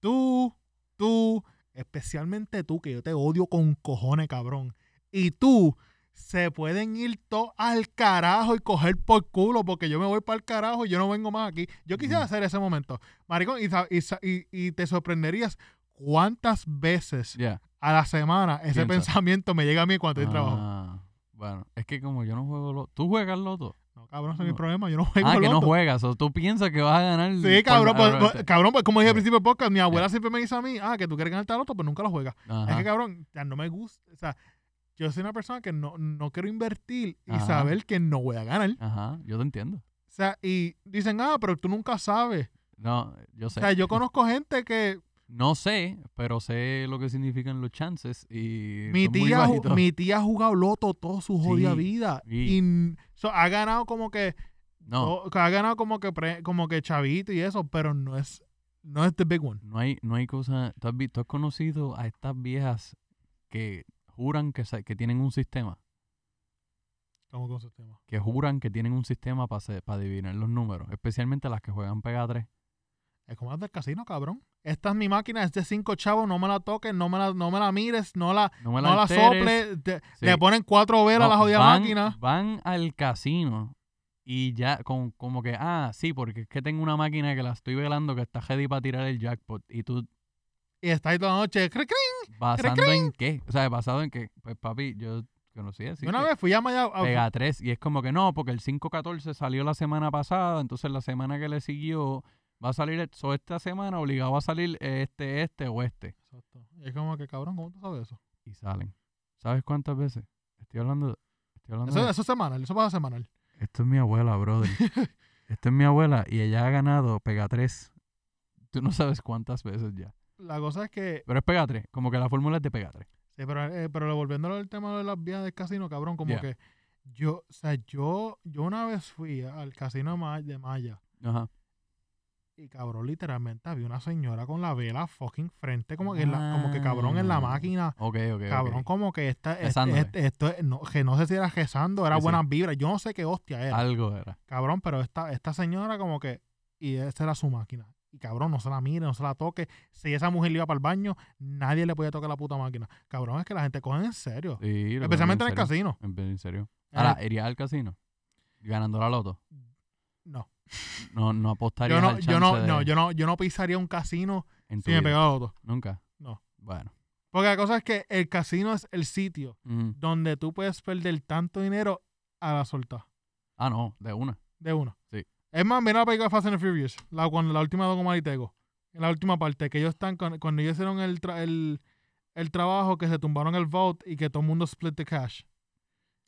tú, tú, especialmente tú, que yo te odio con cojones, cabrón. Y tú, se pueden ir todos al carajo y coger por culo, porque yo me voy para el carajo y yo no vengo más aquí. Yo quisiera Ujú. hacer ese momento. Maricón, y, sa- y sa- y- y te sorprenderías cuántas veces Ya. a la semana Piensa. ese pensamiento me llega a mí cuando estoy trabajando. Ah, bueno, es que como yo no juego loto, tú juegas loto. No, cabrón, ese es mi No. problema. Yo no juego ah, que no loto. juegas, o tú piensas que vas a ganar. Sí, cabrón, pues, por- pues, cabrón, pues como dije al Ok. principio del podcast, mi abuela siempre me dice a mí, ah, que tú quieres ganar el otro, pero nunca lo juegas. Ajá. Es que, cabrón, ya no me gusta, o sea, yo soy una persona que no, no quiero invertir y Ajá. saber que no voy a ganar. O Ajá, yo te entiendo. sea, y dicen, ah, pero tú nunca sabes. No, yo O sé. sea, yo conozco gente que No sé, pero sé lo que significan los chances y mi son muy tía, ju- bajitos. mi tía ha jugado loto toda su jodida Sí, vida sí. y n- so, ha ganado como que, No, o- ha ganado como que, pre- como que chavito y eso, pero no es, no es the big one. no hay, no hay cosa. ¿Tú has, vi- tú has conocido a estas viejas que juran que, sa- que tienen un sistema? Estamos con esos temas. Que juran que tienen un sistema para para adivinar los números, especialmente las que juegan Pega 3. Es como las del casino, cabrón. Esta es mi máquina, es de cinco chavos, no me la toques, no me la, no me la mires, no la, No me la no la alteres. soples. te- Sí. Le ponen cuatro velas a la No, jodida van, máquina. Van al casino y ya, con, como que, ah, sí, porque es que tengo una máquina que la estoy velando que está ready para tirar el jackpot. Y tú, Y está ahí toda la noche. cri, cri. ¿basando en qué? O sea, ¿basado en qué? Pues papi, yo conocí así. Yo una que vez fui a Maya. a- Pega 3 y es como que no, porque el 514 salió la semana pasada, entonces la semana que le siguió va a salir, el- so esta semana obligado va a salir este, este o este. Exacto. Y es como que, cabrón, ¿cómo tú sabes eso? Y salen. ¿Sabes cuántas veces? Estoy hablando, estoy hablando de Eso, eso es semanal, eso pasa semanal. Esto es mi abuela, brother. Esto es mi abuela y ella ha ganado Pega 3. Tú no sabes cuántas veces ya. La cosa es que. Pero es Pega 3, como que la fórmula es de Pega 3. sí, pero, eh, pero volviendo al tema de las vías del casino, cabrón, como Yeah. que. Yo, o sea, yo, yo una vez fui al casino de Ma- de Maya. Ajá. Y cabrón, literalmente había una señora con la vela fucking frente, como que, en la- como que cabrón en la Ah. máquina. Ok, ok. ok. Cabrón, como que esta, es- Rezándole. es- esto es- no, que no sé si era rezando, era Sí, Ah. sí. buenas vibras, yo no sé qué hostia era. Algo era. Cabrón, pero esta, esta señora como que, y esa era su máquina. Y cabrón, no se la mire, no se la toque. Si esa mujer iba para el baño, nadie le podía tocar la puta máquina. Cabrón, es que la gente coge en serio. Sí, lo Especialmente en el cogen casino. Eh, serio. En en serio. En el- Ahora, ¿irías al casino? ¿Ganando la loto? No. No, no apostarías Yo no, al yo no, chance de- no, yo no, yo no pisaría un casino en tu si me vida? pegaba otro. ¿Nunca? No. Bueno. Porque la cosa es que el casino es el sitio Mm. donde tú puedes perder tanto dinero a la solta Ah, no, de una. de una. Sí. Es más, mira la película de Fast and the Furious, la, cuando, la última documaliteco, en la última parte, que ellos están, con- cuando ellos hicieron el, tra- el, el trabajo, que se tumbaron el vote y que todo el mundo split the cash.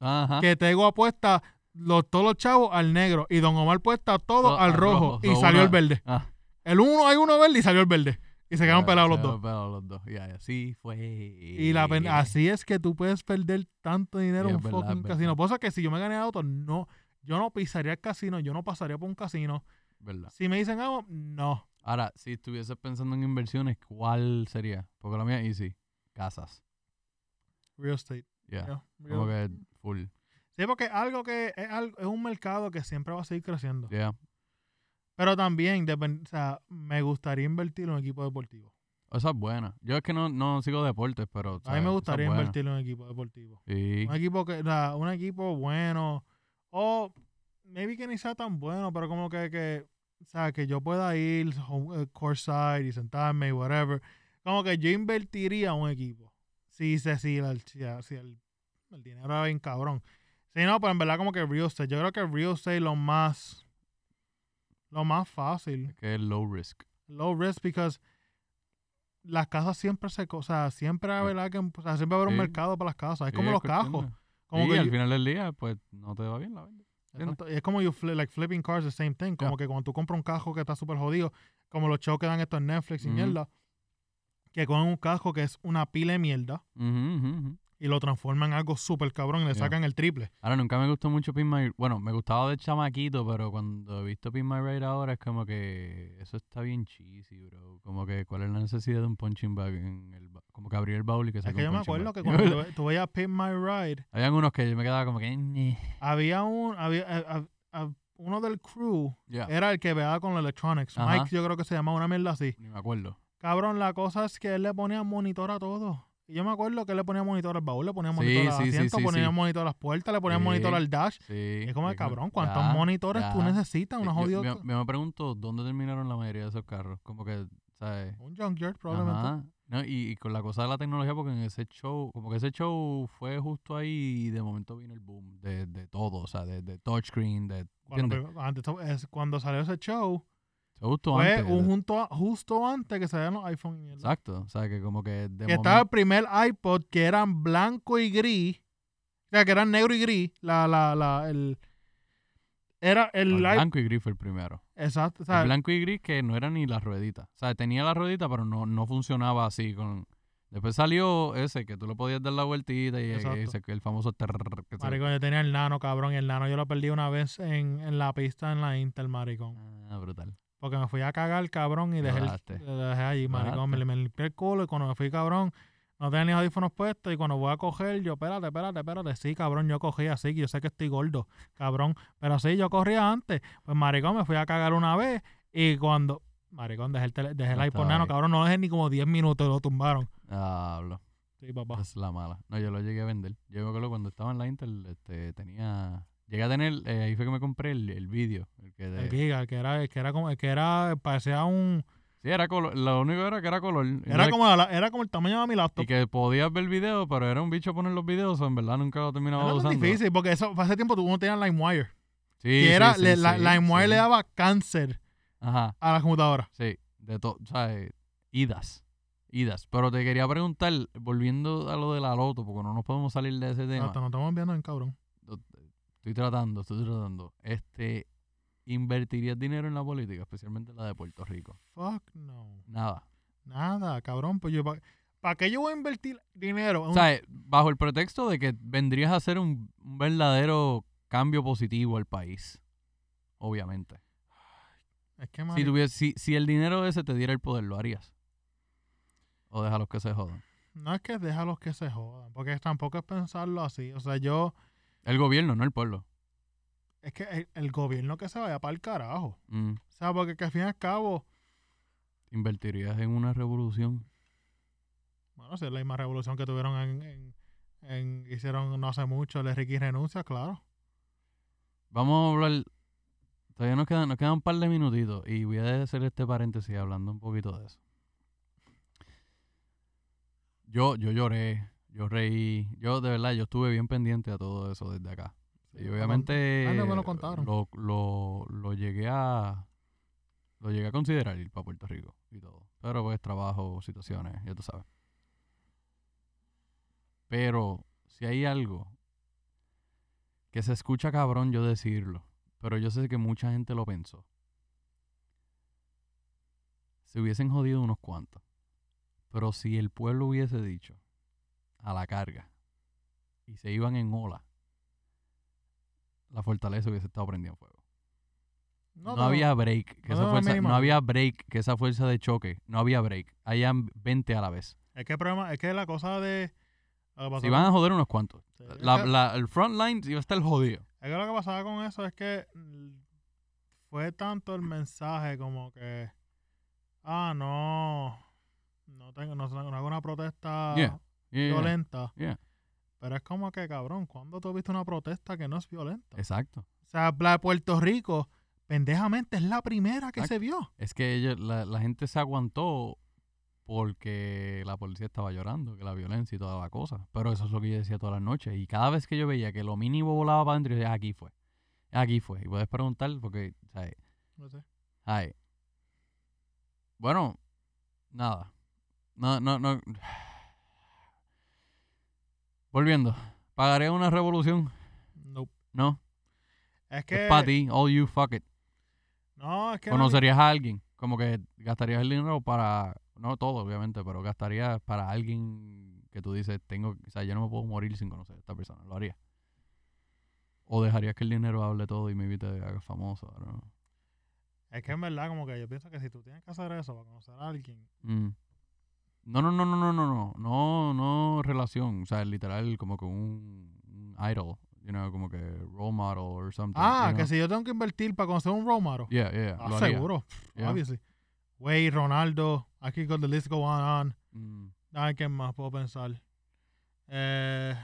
Ajá. Que Tego apuesta los, todos los chavos al negro y Don Omar apuesta todo Todo al al rojo, rojo. y So, salió una- el verde. Ah. El uno, hay uno verde y salió el verde. Y se quedaron Ya, pelados los se dos. quedaron pelados los dos. Y así fue. Y la pen- ah, así es que tú puedes perder tanto dinero Sí, en es un verdad, es fucking verdad. casino. Cosa que si yo me gané auto, no, yo no pisaría el casino, yo no pasaría por un casino. ¿Verdad? Si me dicen algo, no. Ahora, si estuvieses pensando en inversiones, ¿cuál sería? Porque la mía, easy. Casas. Real estate. Yeah. yeah, real- Como que full. Sí, porque algo que es, algo- es un mercado que siempre va a seguir creciendo. Yeah. Pero también, depen- o sea, me gustaría invertir en un equipo deportivo. Esa es buena. Yo es que no, no sigo deportes, pero. A mí ¿sabes? Esa me es gustaría buena. invertir en un equipo deportivo. Sí. Un equipo que, o sea, un equipo bueno. O maybe que ni sea tan bueno, pero como que, que o sea, que yo pueda ir home- eh, courtside y sentarme y whatever. Como que yo invertiría en un equipo. Si se si, el, si, el, si el- el dinero era bien cabrón. Sí, no, pero en verdad como que real estate. Yo creo que real estate lo más lo más fácil. que es low risk. Low risk because las casas siempre se, co- o sea, siempre hay Sí. verdad que o sea, siempre va a haber un Sí. mercado para las casas, es Sí, como los cuestión cajos. de- Como y que al yo- final del día, pues no te va bien la venta. Exacto, Es como you fli- like flipping cars, the same thing. Como que cuando tú compras un cajo que está súper jodido, como los shows que dan estos en Netflix y Ujú. mierda, que cogen un cajo que es una pila de mierda Ujú, ujú, ujú. y lo transforman en algo súper cabrón y le Yeah. sacan el triple. Ahora, nunca me gustó mucho Pin My Bueno, me gustaba de chamaquito, pero cuando he visto Pin My Ride ahora es como que eso está bien cheesy, bro. Como que cuál es la necesidad de un punching bag en el ba- Como que abrir el baúl y que Es saque que un yo me punching acuerdo bag. que cuando tú, ve- tú veías Pin My Ride, Habían unos que yo me quedaba como que... "Ñe". había un. Había, a- a- a- uno del crew Ya, era el que veaba con los electronics. Ajá. Mike, yo creo que se llamaba una mierda así. ni me acuerdo. Cabrón, la cosa es que él le ponía monitor a todo. Y yo me acuerdo que él le ponía monitor al baúl, le ponía Sí, monitor al sí, sí, asiento, sí, ponía sí. monitor a las puertas, le ponía Sí. monitor al dash. Sí. Es como, yo creo- cabrón, ¿cuántos ya. monitores tú ya. necesitas? Una Yo- yo- jodida... yo, yo me pregunto dónde terminaron la mayoría de esos carros. Como que, ¿sabes? Un junkyard, probablemente. Ajá. No, y, y con la cosa de la tecnología, porque en ese show, como que ese show fue justo ahí y de momento vino el boom de, de todo, o sea, de, de touchscreen, de... Cuando, ¿entiendes? primero- antes to- es- cuando salió ese show, Fue justo fue antes. un de- junto a- justo antes que salieran los iPhone y mierda. exacto, o sea, que como que de Que momento... estaba el primer iPod que eran blanco y gris. O sea, que eran negro y gris. La, la, la, el... Era el... no, el iP- blanco y gris fue el primero. Exacto, o sea, el blanco y gris que no era ni la ruedita. O sea, tenía la ruedita, pero no, no funcionaba así con... Después salió ese, que tú le podías dar la vueltita y, Exacto. ese- el famoso... trrr que se- Maricón, yo tenía el nano, cabrón, y el nano yo lo perdí una vez en, en la pista en la Inter, maricón. Ah, brutal. Porque me fui a cagar, cabrón, y dejé, el- Lloraste. lo dejé allí, maricón. Me, Lloraste. me limpié el culo y cuando me fui, cabrón, no tenía ni audífonos puestos. Y cuando voy a coger, yo, espérate, espérate, espérate. Sí, cabrón, yo cogí así, que yo sé que estoy gordo, cabrón. Pero sí, yo corría antes. Pues, maricón, me fui a cagar una vez y cuando... Maricón, dejé el, tele- dejé el No iPod estaba nano, ahí. cabrón, no lo dejé ni como 10 minutos, lo tumbaron. Ah, hablo. Sí, papá. Es la mala. No, yo lo llegué a vender. Yo me acuerdo cuando estaba en la Intel, este, tenía... Llegué a tener, eh, ahí fue que me compré el, el vídeo. El que de- El Giga, el que era, el que era como, el que era, parecía un... Sí, era color, lo único era que era color. Y Era no- como, la- era como el tamaño de mi laptop. Y que podías ver video, pero era un bicho poner los videos, o en verdad nunca lo terminaba No era tan usando. difícil, porque eso, hace tiempo tú no tenías LimeWire. Sí, Y sí, era, sí, le- la, sí, LimeWire sí. le daba cáncer Ajá, a la computadora. sí, de todo, o sea, eh, idas, idas. Pero te quería preguntar, volviendo a lo de la loto, porque no nos podemos salir de ese tema. Exacto, nos estamos viendo en cabrón. Estoy tratando, estoy tratando. Este, ¿invertirías dinero en la política, especialmente la de Puerto Rico? Fuck no. Nada. Nada, cabrón. Pues yo, ¿para qué yo voy a invertir dinero? en O un- sea, eh, bajo el pretexto de que vendrías a hacer un, un verdadero cambio positivo al país. Obviamente. es que, Si, marico, tuvies- si, si el dinero ese te diera el poder, ¿lo harías? O déjalos que se jodan. no es que déjalos que se jodan, porque tampoco es pensarlo así. O sea, yo, El gobierno, no el pueblo. es que el, el gobierno que se vaya para el carajo. Mm, O sea, porque que al fin y al cabo, ¿Invertirías en una revolución? bueno, si es la misma revolución que tuvieron en, en- en- hicieron no hace mucho, el Ricky renuncia, claro. Vamos a hablar... Todavía nos quedan, nos quedan un par de minutitos y voy a hacer este paréntesis hablando un poquito de eso. Yo, yo lloré, yo reí, yo de verdad, yo estuve bien pendiente a todo eso desde acá. Y obviamente Ah, no me lo contaron. Eh, Lo, lo- lo llegué a lo llegué a considerar ir para Puerto Rico y todo. Pero pues trabajo, situaciones, ya tú sabes. Pero si hay algo que se escucha cabrón yo decirlo, pero yo sé que mucha gente lo pensó. Se hubiesen jodido unos cuantos. Pero si el pueblo hubiese dicho a la carga y se iban en ola, la fortaleza hubiese estado prendida en fuego. No, te lo- había break. no Que te esa lo fuerza, mínimo. no había break, que esa fuerza de choque. No había break. Hayan 20 a la vez. Es que el problema, es que la cosa de. Lo que pasaba, Si van a joder unos cuantos. sí, es, La, que, la- el front line iba a estar jodido. es que lo que pasaba con eso es que mm, fue tanto el mensaje como que. Ah, no. No tengo, no, no hago una protesta Yeah, Yeah, violenta. yeah. Pero es como que, cabrón, ¿cuándo tú has visto una protesta que no es violenta? Exacto. O sea, la de Puerto Rico, pendejamente, es la primera que Exacto. se vio. Es que ellos- la, la gente se aguantó porque la policía estaba llorando, que la violencia y toda la cosa. Pero eso es lo que yo decía todas las noches. Y cada vez que yo veía que lo mínimo volaba para adentro, yo decía, aquí fue, aquí fue. Y puedes preguntar porque, ¿sabes? No sé. Ay. Bueno, nada. No, no, no. Volviendo. ¿Pagaré una revolución? Nope. No. Es que. Es para ti. All you fuck it. No, es que. no- ¿Conocerías a alguien? Como que gastarías el dinero para. No todo, obviamente, pero gastarías para alguien que tú dices, tengo. O sea, yo no me puedo morir sin conocer a esta persona. ¿Lo harías? ¿O dejarías que el dinero hable todo y me te hagas famoso? I don't know. Es que en verdad, como que yo pienso que si tú tienes que hacer eso para conocer a alguien, Mm. No, no, no, no, no, no, no, no, no relación, o sea, literal como que un, un idol, you know, como que role model or something. Ah, you que know? si yo tengo que invertir para conocer un Romaro. Yeah, yeah, Ah, lo haría. seguro. Yeah. Obviously. Wade, Ronaldo. Aquí con the list go on on. Mm. Ay, ¿quién más puedo pensar? Eh,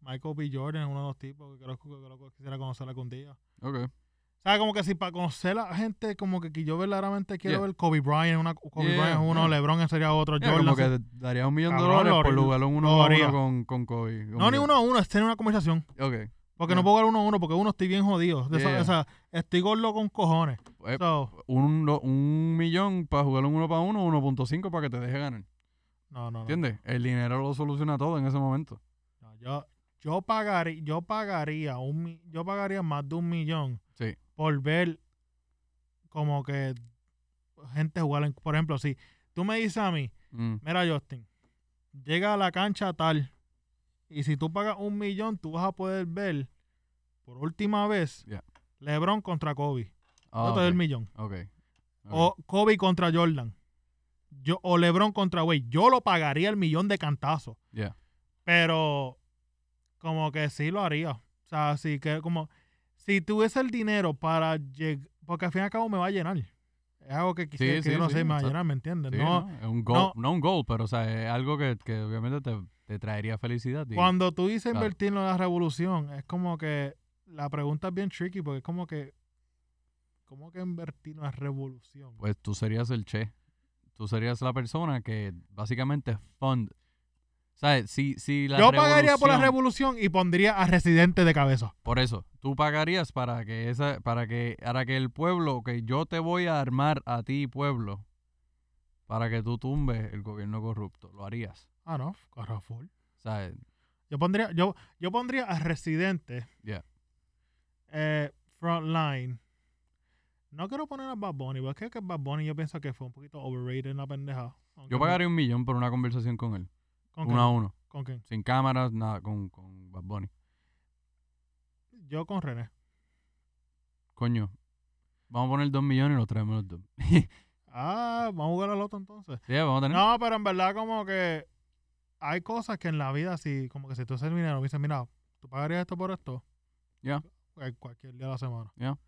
Michael B. Jordan es uno de los tipos que creo, que creo que quisiera conocer algún día. Ok. O sea, como que si para conocer a gente, como que, que yo verdaderamente quiero Yeah. ver Kobe Bryant, una, Kobe Yeah, Bryant es uno, yeah. LeBron sería otro, Yeah, Jordan. como se- que daría un millón de Cabrón, dólares lo por haría- jugar un uno lo a uno haría. con, con Kobe. como no, ni que- uno a uno, es tener una conversación. Ok. Porque Yeah. no puedo jugar uno a uno, porque uno estoy bien jodido. De esa- Yeah. esa- estoy gordo con cojones. Eh, So, Un, do- un millón para jugar un uno para uno, 1.5 para que te deje ganar. Ah. no, no, no. ¿Entiendes? El dinero lo soluciona todo en ese momento. No, yo, yo pagaría, yo pagaría un mi- yo pagaría más de un millón Sí. por ver como que gente jugar en- por ejemplo, si tú me dices a mí, Mm. mira Justin, llega a la cancha tal, y si tú pagas un millón, tú vas a poder ver por última vez Yeah. Lebron contra Kobe. Ah, yo te doy el millón. ok, ok. O Kobe contra Jordan. Yo, o LeBron contra Wade. Yo lo pagaría el millón de cantazos. Yeah. Pero como que sí lo haría. O sea, así que como si tuviese el dinero para llegar, porque al fin y al cabo me va a llenar. Es algo que quisiera que sí, yo no sí, sé, me va a exacto. llenar, ¿me entiendes? Sí, no, ¿no? Es un goal, no. un goal, pero o sea, es algo que, que obviamente te, te traería felicidad. y- Cuando tú dices Claro. invertirlo en la revolución, es como que la pregunta es bien tricky porque es como que ¿cómo que invertir en la revolución? pues tú serías el che. Tú serías la persona que básicamente fund. O sea, si, si la Yo pagaría por la revolución- revolución y pondría a residente de cabeza. Por eso, tú pagarías para que esa, para que, para que el pueblo, que yo te voy a armar a ti, pueblo, para que tú tumbes el gobierno corrupto. Lo harías. Ah, no, Carrefour. O sea, Yo pondría, yo, yo pondría a Residente. Yeah. Eh, Frontline. No quiero poner a Bad Bunny, porque es que Bad Bunny yo pienso que fue un poquito overrated en la pendeja. Aunque yo no- pagaría un millón por una conversación con él. ¿Con Uno a quién? uno. ¿Con quién? Sin cámaras, nada, con, con Bad Bunny. Yo con René. Coño. Vamos a poner dos millones y los traemos los dos. Ah, vamos a jugar al otro entonces. Sí, vamos a tener. No, pero en verdad como que hay cosas que en la vida, si como que si tú haces el dinero, me dices, mira, tú pagarías esto por esto. Yeah. Cual- Cualquier día de la semana. Yeah.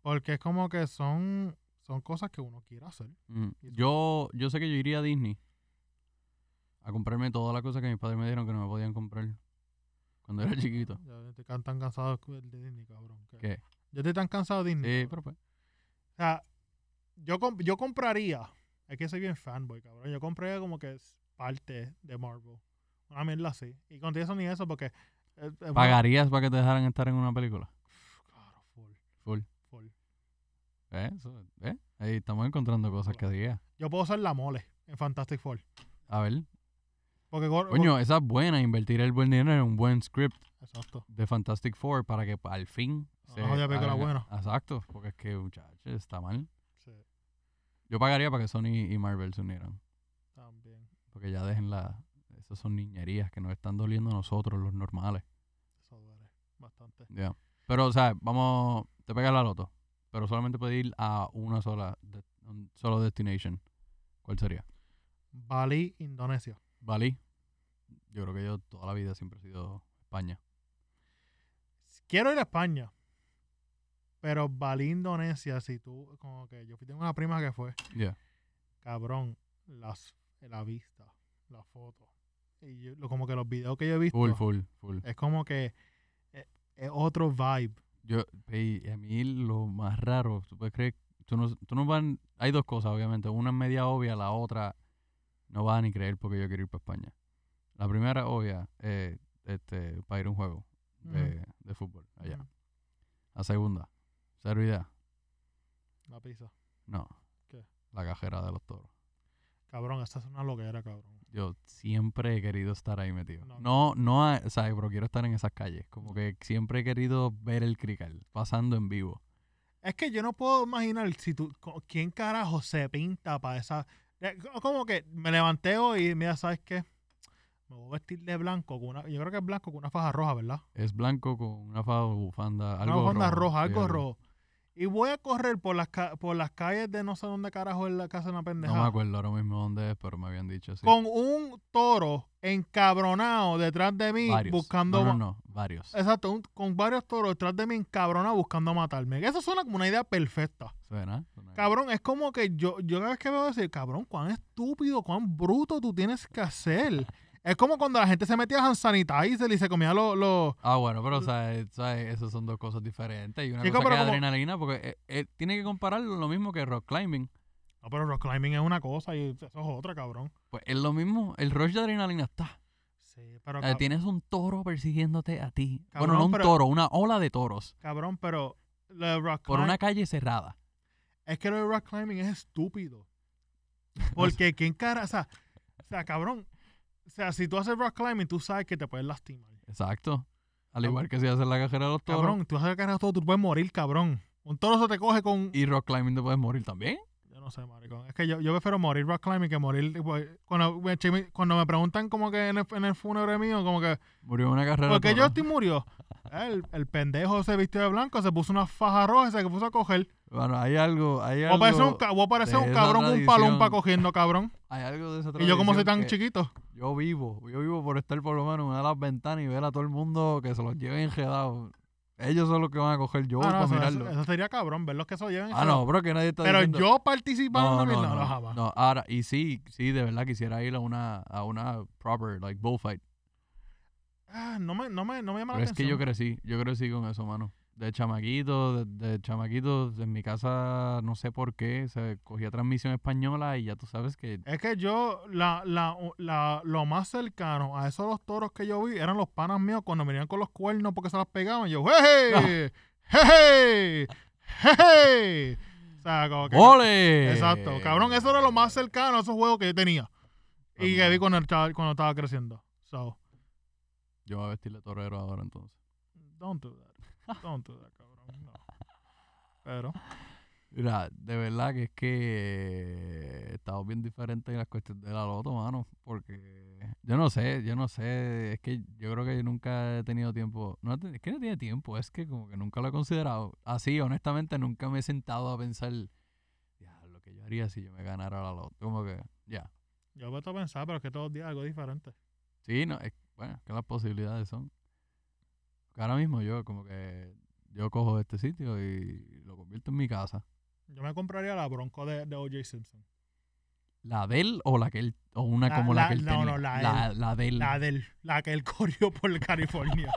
Porque es como que son, son cosas que uno quiere hacer. Mm. Yo, yo sé que yo iría a Disney a comprarme todas las cosas que mis padres me dieron que no me podían comprar cuando era chiquito. Ya estoy can- tan cansado de Disney, cabrón. que- ¿Qué? Yo estoy tan cansado de Disney. Sí, cabrón. pero pues. O sea, yo, comp- yo compraría. Es que soy bien fanboy, cabrón. Yo compraría como que es parte de Marvel. Una mierda así. Y contigo eso ni eso porque. es- es una- ¿Pagarías para que te dejaran estar en una película? Claro, full. Full. full. ¿Eh? Eso, ¿eh? Ahí estamos encontrando cosas que diga. Yo puedo ser la mole en Fantastic Four. A ver. Porque. gor- Coño, esa es buena, invertir el buen dinero en un buen script Exacto. de Fantastic Four para que al fin Una jodida película haga- buena. Exacto, porque es que, muchachos, está mal. Sí, Yo pagaría para que Sony y Marvel se unieran. también. Porque ya dejen la... Esas son niñerías que nos están doliendo a nosotros, los normales. Eso duele bastante. Ya. Pero, o sea, vamos... Te pega la loto. Pero solamente puedes ir a una sola... de- un solo destination. ¿Cuál sería? Bali, Indonesia. Bali. Yo creo que yo toda la vida siempre he sido España. Quiero ir a España. Pero Bali, Indonesia, si tú. Como que yo fui- tengo una prima que fue. Yeah. cabrón, las, la vista, la foto. Y yo- lo, como que los videos que yo he visto, Full, full, full. es como que eh, es otro vibe. Yo, y a mí lo más raro, tú puedes creer, tú no, tú no van, hay dos cosas obviamente, una es media obvia, la otra No vas a ni creer porque yo quiero ir para España. La primera, obvia, eh, este, para ir a un juego de, de fútbol allá. Ujú. La segunda, cero idea. La pizza. No. ¿Qué? La cajera de los toros. Cabrón, esta es una loquera, cabrón. Yo siempre he querido estar ahí metido. No. No, no, a- o sea, pero quiero estar en esas calles. Como que siempre he querido ver el crical pasando en vivo. Es que yo no puedo imaginar si tú, co- quién carajo se pinta para esa. eh, co- Como que me levanté hoy y mira, ¿sabes qué? Me voy a vestir de blanco con una. Yo creo que es blanco con una faja roja, ¿verdad? Es blanco con una faja o bufanda, algo una bufanda rojo, roja, sí, algo rojo. Y voy a correr por las, ca- por las calles de no sé dónde carajo es la casa de una No pendejada. me acuerdo ahora mismo dónde es, pero me habían dicho así. Con un toro encabronado detrás de mí varios. buscando. No, no, ma- no, varios. Exacto, un- con varios toros detrás de mí encabronado buscando matarme. Eso suena como una idea perfecta. Suena. suena- Cabrón, es como que yo, yo cada vez que veo decir, cabrón, cuán estúpido, cuán bruto tú tienes que hacer. Es como cuando la gente se metía a hand sanitizer y se comía los... los- Ah, bueno, pero o sea, eh, ¿sabes? esas son dos cosas diferentes. Y una Chico, cosa que pero es como- adrenalina, porque eh, eh, tiene que compararlo lo mismo que rock climbing. No, pero rock climbing es una cosa y eso es otra, cabrón. Pues es lo mismo, el rush de adrenalina Ah, está. Sí, pero... O cab- sea, tienes un toro persiguiéndote a ti. bueno, Cabrón, no un pero- toro, una ola de toros. Cabrón, pero... lo de rock Por climb- una calle cerrada. Es que lo de rock climbing es estúpido. Porque quién cara... O sea, o sea, cabrón. O sea, si tú haces rock climbing, tú sabes que te puedes lastimar. Exacto. Al Cab- igual que si haces la cajera de los toros. Cabrón, tú haces carajo todo, tú puedes morir, cabrón. Un toro se te coge con... Y rock climbing te puedes morir también. Yo no sé, maricón. Es que yo, yo prefiero morir rock climbing que morir. tipo, Cuando, me- chimi- cuando me preguntan, como que en el, en el fúnebre mío, como que. Murió en una carrera ¿Por qué de toros. Justin murió? El, el pendejo se vistió de blanco, se puso una faja roja y se puso a coger. Bueno, hay algo, hay Voy a algo. parecer un, ca- voy a parecer de un esa cabrón, un palón para tradición. cogiendo, cabrón. Hay algo de esa Y yo, como tradición soy tan que chiquito. Yo vivo, yo vivo por estar por lo menos en una de las ventanas y ver a todo el mundo que se los lleven enjedados. Ellos son los que van a coger, yo voy Ah, no, para eso, mirarlo. eso- eso sería cabrón, ver los que se lo lleven. ah, no, bro, que nadie está Pero diciendo- yo participar en No, una no, mierda, no, no, jamás. no, ahora, y sí, sí, de verdad quisiera ir a una, a una proper, like, bullfight. Ah, no, me, no, me, no me llama la Pero es que atención. yo crecí, yo crecí con eso, mano. De chamaquito, de, de chamaquito, en mi casa, no sé por qué, se cogía transmisión española y ya tú sabes que... Es que yo, la, la, la- lo más cercano a esos los toros que yo vi eran los panas míos cuando venían con los cuernos porque se las pegaban. Yo, ¡jeje! ¡jeje! ¡jeje! O sea, como que. ¡Ole! Exacto, cabrón, eso era lo más cercano a esos juegos que yo tenía y que vi cuando estaba, cuando estaba creciendo. So, Yo me voy a vestir de torero ahora entonces. don't do that. Don't do that, cabrón. No. Pero, Mira, de verdad que es que estamos bien diferentes en las cuestiones de la loto, mano, porque yo no sé, yo no sé, es que yo creo que yo nunca he tenido tiempo, no, he ten- es que no tiene tiempo, es que como que nunca lo he considerado. Así, honestamente, nunca me he sentado a pensar, ya, lo que yo haría si yo me ganara la loto, como que, ya. yo me a pensar, pero es que todos los días algo diferente. Sí, no, es- bueno, que las posibilidades son. Ahora mismo yo como que yo cojo este sitio y lo convierto en mi casa. Yo me compraría la bronco de, de O.J. Simpson. ¿La de él o la que él, o una La- como la, la- que él no, tenía? no, la él. La de él. La del, la que él corrió por California.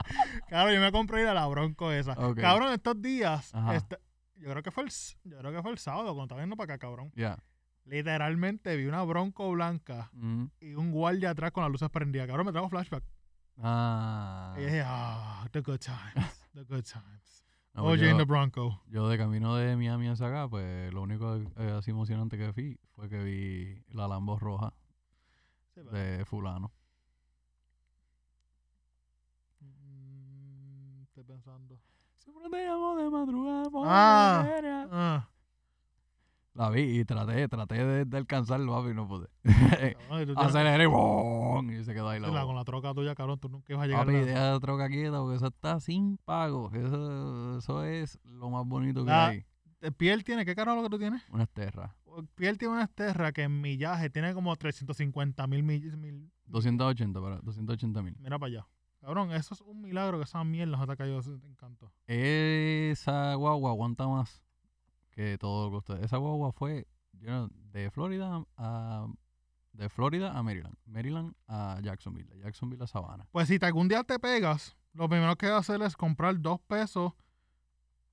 claro, yo me compré la bronco esa. Ok. Cabrón, estos días, Ajá. este- yo creo que fue el s- yo creo que fue el sábado cuando estaba viendo para acá, cabrón. Ya. Literalmente vi una bronco blanca Mm. y un guardia atrás con las luces prendidas. Cabrón, me trajo flashback. Ah. Y dije, ah, the good times, the good times. No, pues Oye, yo, in the Bronco. yo de camino de Miami hacia acá, pues lo único eh, así emocionante que vi fue que vi la Lambo roja Sí, pero- de fulano. Mm, Estoy pensando. Siempre te llamo de madrugada. por Ah. la feria. Ah, La vi y traté, traté de, de alcanzarlo, papi, y no pude. cabrón, y Ah, tú tienes- Aceleré ¡boom! y se quedó ahí la la- boba. con la troca tuya, cabrón, tú nunca ibas a llegar Papi, a la- deja la troca quieta porque eso está sin pago. Eso, eso es lo más bonito que La- hay. Eh, Piel tiene, ¿qué caro lo que tú tienes? Unas terras. Piel tiene una Terra que en millaje tiene como 350 mil, mill- mil- 280, para 280 mil. Mira para allá. Cabrón, eso es un milagro que esa mierda se te ha caído ese encanto. Esa guagua aguanta más que todo lo que usted. Esa guagua fue yo no- de Florida a de Florida a Maryland, Maryland a Jacksonville, de Jacksonville a Savannah. Pues si te- algún día te pegas, lo primero que vas a hacer es comprar dos pesos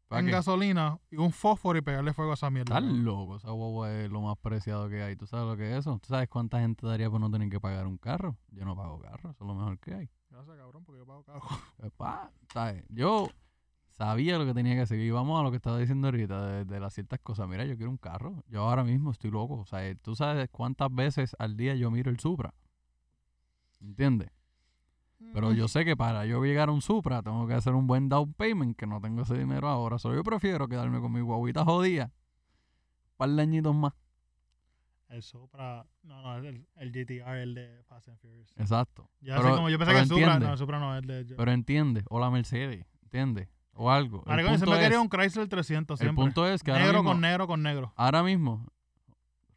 ¿Para en qué? gasolina y un fósforo y pegarle fuego a esa mierda. Estás loco, esa guagua es lo más preciado que hay. ¿Tú sabes lo que es eso? ¿Tú sabes cuánta gente daría por no tener que pagar un carro? Yo no pago carro, eso es lo mejor que hay. Gracias, cabrón, porque yo pago Epá, Pues, ¿sabes? Yo sabía lo que tenía que hacer. Y vamos a lo que estaba diciendo ahorita de, de las ciertas cosas. Mira, yo quiero un carro. Yo ahora mismo estoy loco. O sea, eh, tú sabes cuántas veces al día yo miro el Supra. ¿Entiendes? Pero yo sé que para yo llegar a un Supra tengo que hacer un buen down payment, que no tengo ese dinero ahora. So, yo prefiero quedarme con mi guaguita jodida. Un par de añitos más. El Supra. No, no, el, el GTR, el de Fast and Furious. Exacto. Ya Pero- sé como yo pensé pero que el Supra. entiende. No, el Supra no, el de. Pero entiende, o la Mercedes, entiende, o algo. El Maricón, yo punto siempre quería es- un Chrysler 300 el siempre. punto es que ahora Negro mismo, con negro con negro. ahora mismo,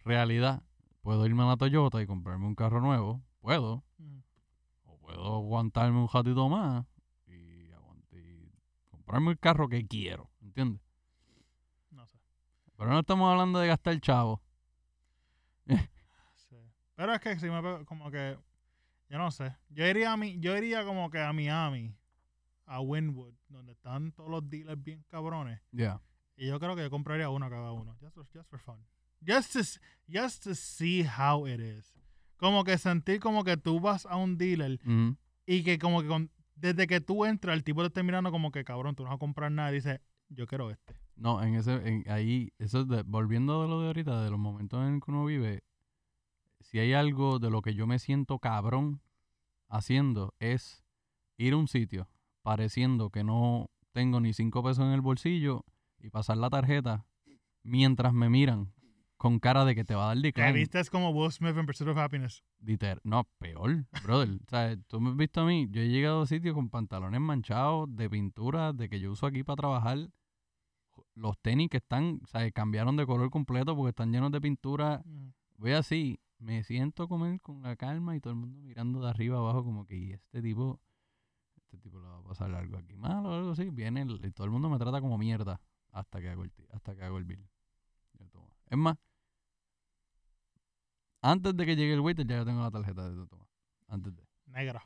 realidad, puedo irme a la Toyota y comprarme un carro nuevo, puedo, o puedo aguantarme un ratito más y, aguant- y comprarme el carro que quiero, ¿entiendes? No sé. Pero no estamos hablando de gastar chavo. Sí. Pero es que si me pego- como que yo no sé. Yo iría a mi, yo iría como que a Miami, a Wynwood, donde están todos los dealers bien cabrones. Ya. Y yo creo que yo compraría uno a cada uno. Just for, just for fun. Just to, s- just to see how it is. Como que sentir como que tú vas a un dealer Ujú. y que como que con- desde que tú entras, el tipo te está mirando como que cabrón, tú no vas a comprar nada. Y dice, yo quiero este. No, en ese, en, ahí, eso es de- volviendo de lo de ahorita, de los momentos en que uno vive, si hay algo de lo que yo me siento cabrón haciendo, es ir a un sitio pareciendo que no tengo ni cinco pesos en el bolsillo y pasar la tarjeta mientras me miran con cara de que te va a dar Te decline. viste es como Will Smith en Pursuit of Happiness. Diter- no, peor, brother. O sea, tú me has visto a mí. Yo he llegado a sitios con pantalones manchados, de pintura, de que yo uso aquí para trabajar. Los tenis que están, o sea, cambiaron de color completo porque están llenos de pintura. Mm, Voy así, me siento a comer con la calma y todo el mundo mirando de arriba abajo como que, y este tipo, este tipo le va a pasar algo aquí malo o algo así. Viene el- y todo el mundo me trata como mierda hasta que hago el, ti- hasta que hago el bill. Yo, toma. Es más, antes de que llegue el waiter ya yo tengo la tarjeta de tu toma. Antes de. Negra.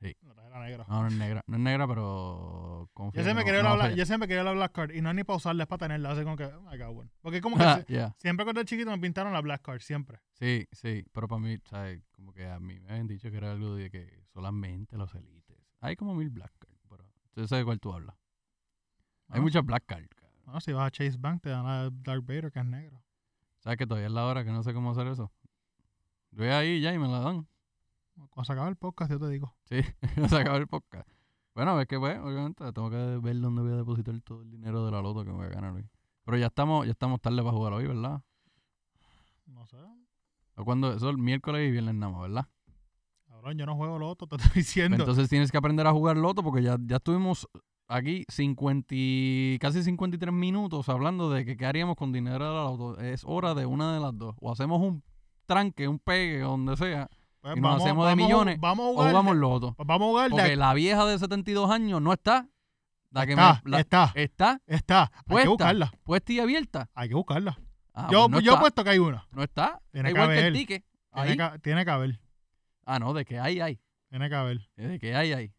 Sí. La tarjeta negra. No, no es negra, no es negra, pero confío. Yo siempre, que quería no- la no va a Black, yo siempre quería la Black Card y no es ni para usarla, es para tenerla. Así como que, "Oh I got one. Porque como que fallar. si- Ya, siempre cuando era chiquito me pintaron la Black Card, siempre. Sí, sí, pero para mí, ¿sabes? Como que a mí me habían dicho que era algo de que solamente los elites. Hay como mil black cards, pero tú sabes de cuál tú hablas. Hay Ah. muchas black cards. cabrón. Bueno, si vas a Chase Bank te dan a Dark Vader que es negro. ¿Sabes que todavía es la hora que no sé cómo hacer eso? Yo voy ahí ya y me la dan. Cuando se acaba el podcast yo te digo. Sí, se acabó el podcast. Bueno, es que pues, obviamente, tengo que ver dónde voy a depositar todo el dinero de la loto que me voy a ganar hoy. Pero ya estamos, ya estamos tarde para jugar hoy, ¿verdad? No sé. ¿O cuando? Eso es miércoles y viernes nada más, ¿verdad? Cabrón, yo no juego loto, te estoy diciendo. Entonces tienes que aprender a jugar loto porque ya, ya estuvimos aquí 50 y- casi 53 minutos hablando de que qué haríamos con dinero de la loto. Es hora de una de las dos. O hacemos un tranque, un pegue, donde sea, Pues y nos hacemos de a ju- millones, Vamos a o jugar. jugamos loto. pues vamos a jugar. de- Porque la vieja de 72 años no está. La que me- está, la- está, está está. Hay puesta. que buscarla. puesta y abierta. Hay que buscarla. Ah, yo pues no, yo está, puesto que hay una. no está. Tiene Está que igual que haber. el ticket. Tiene Ahí. que, tiene que haber. Ah, no, de que hay, hay. Tiene que haber. De que hay, hay.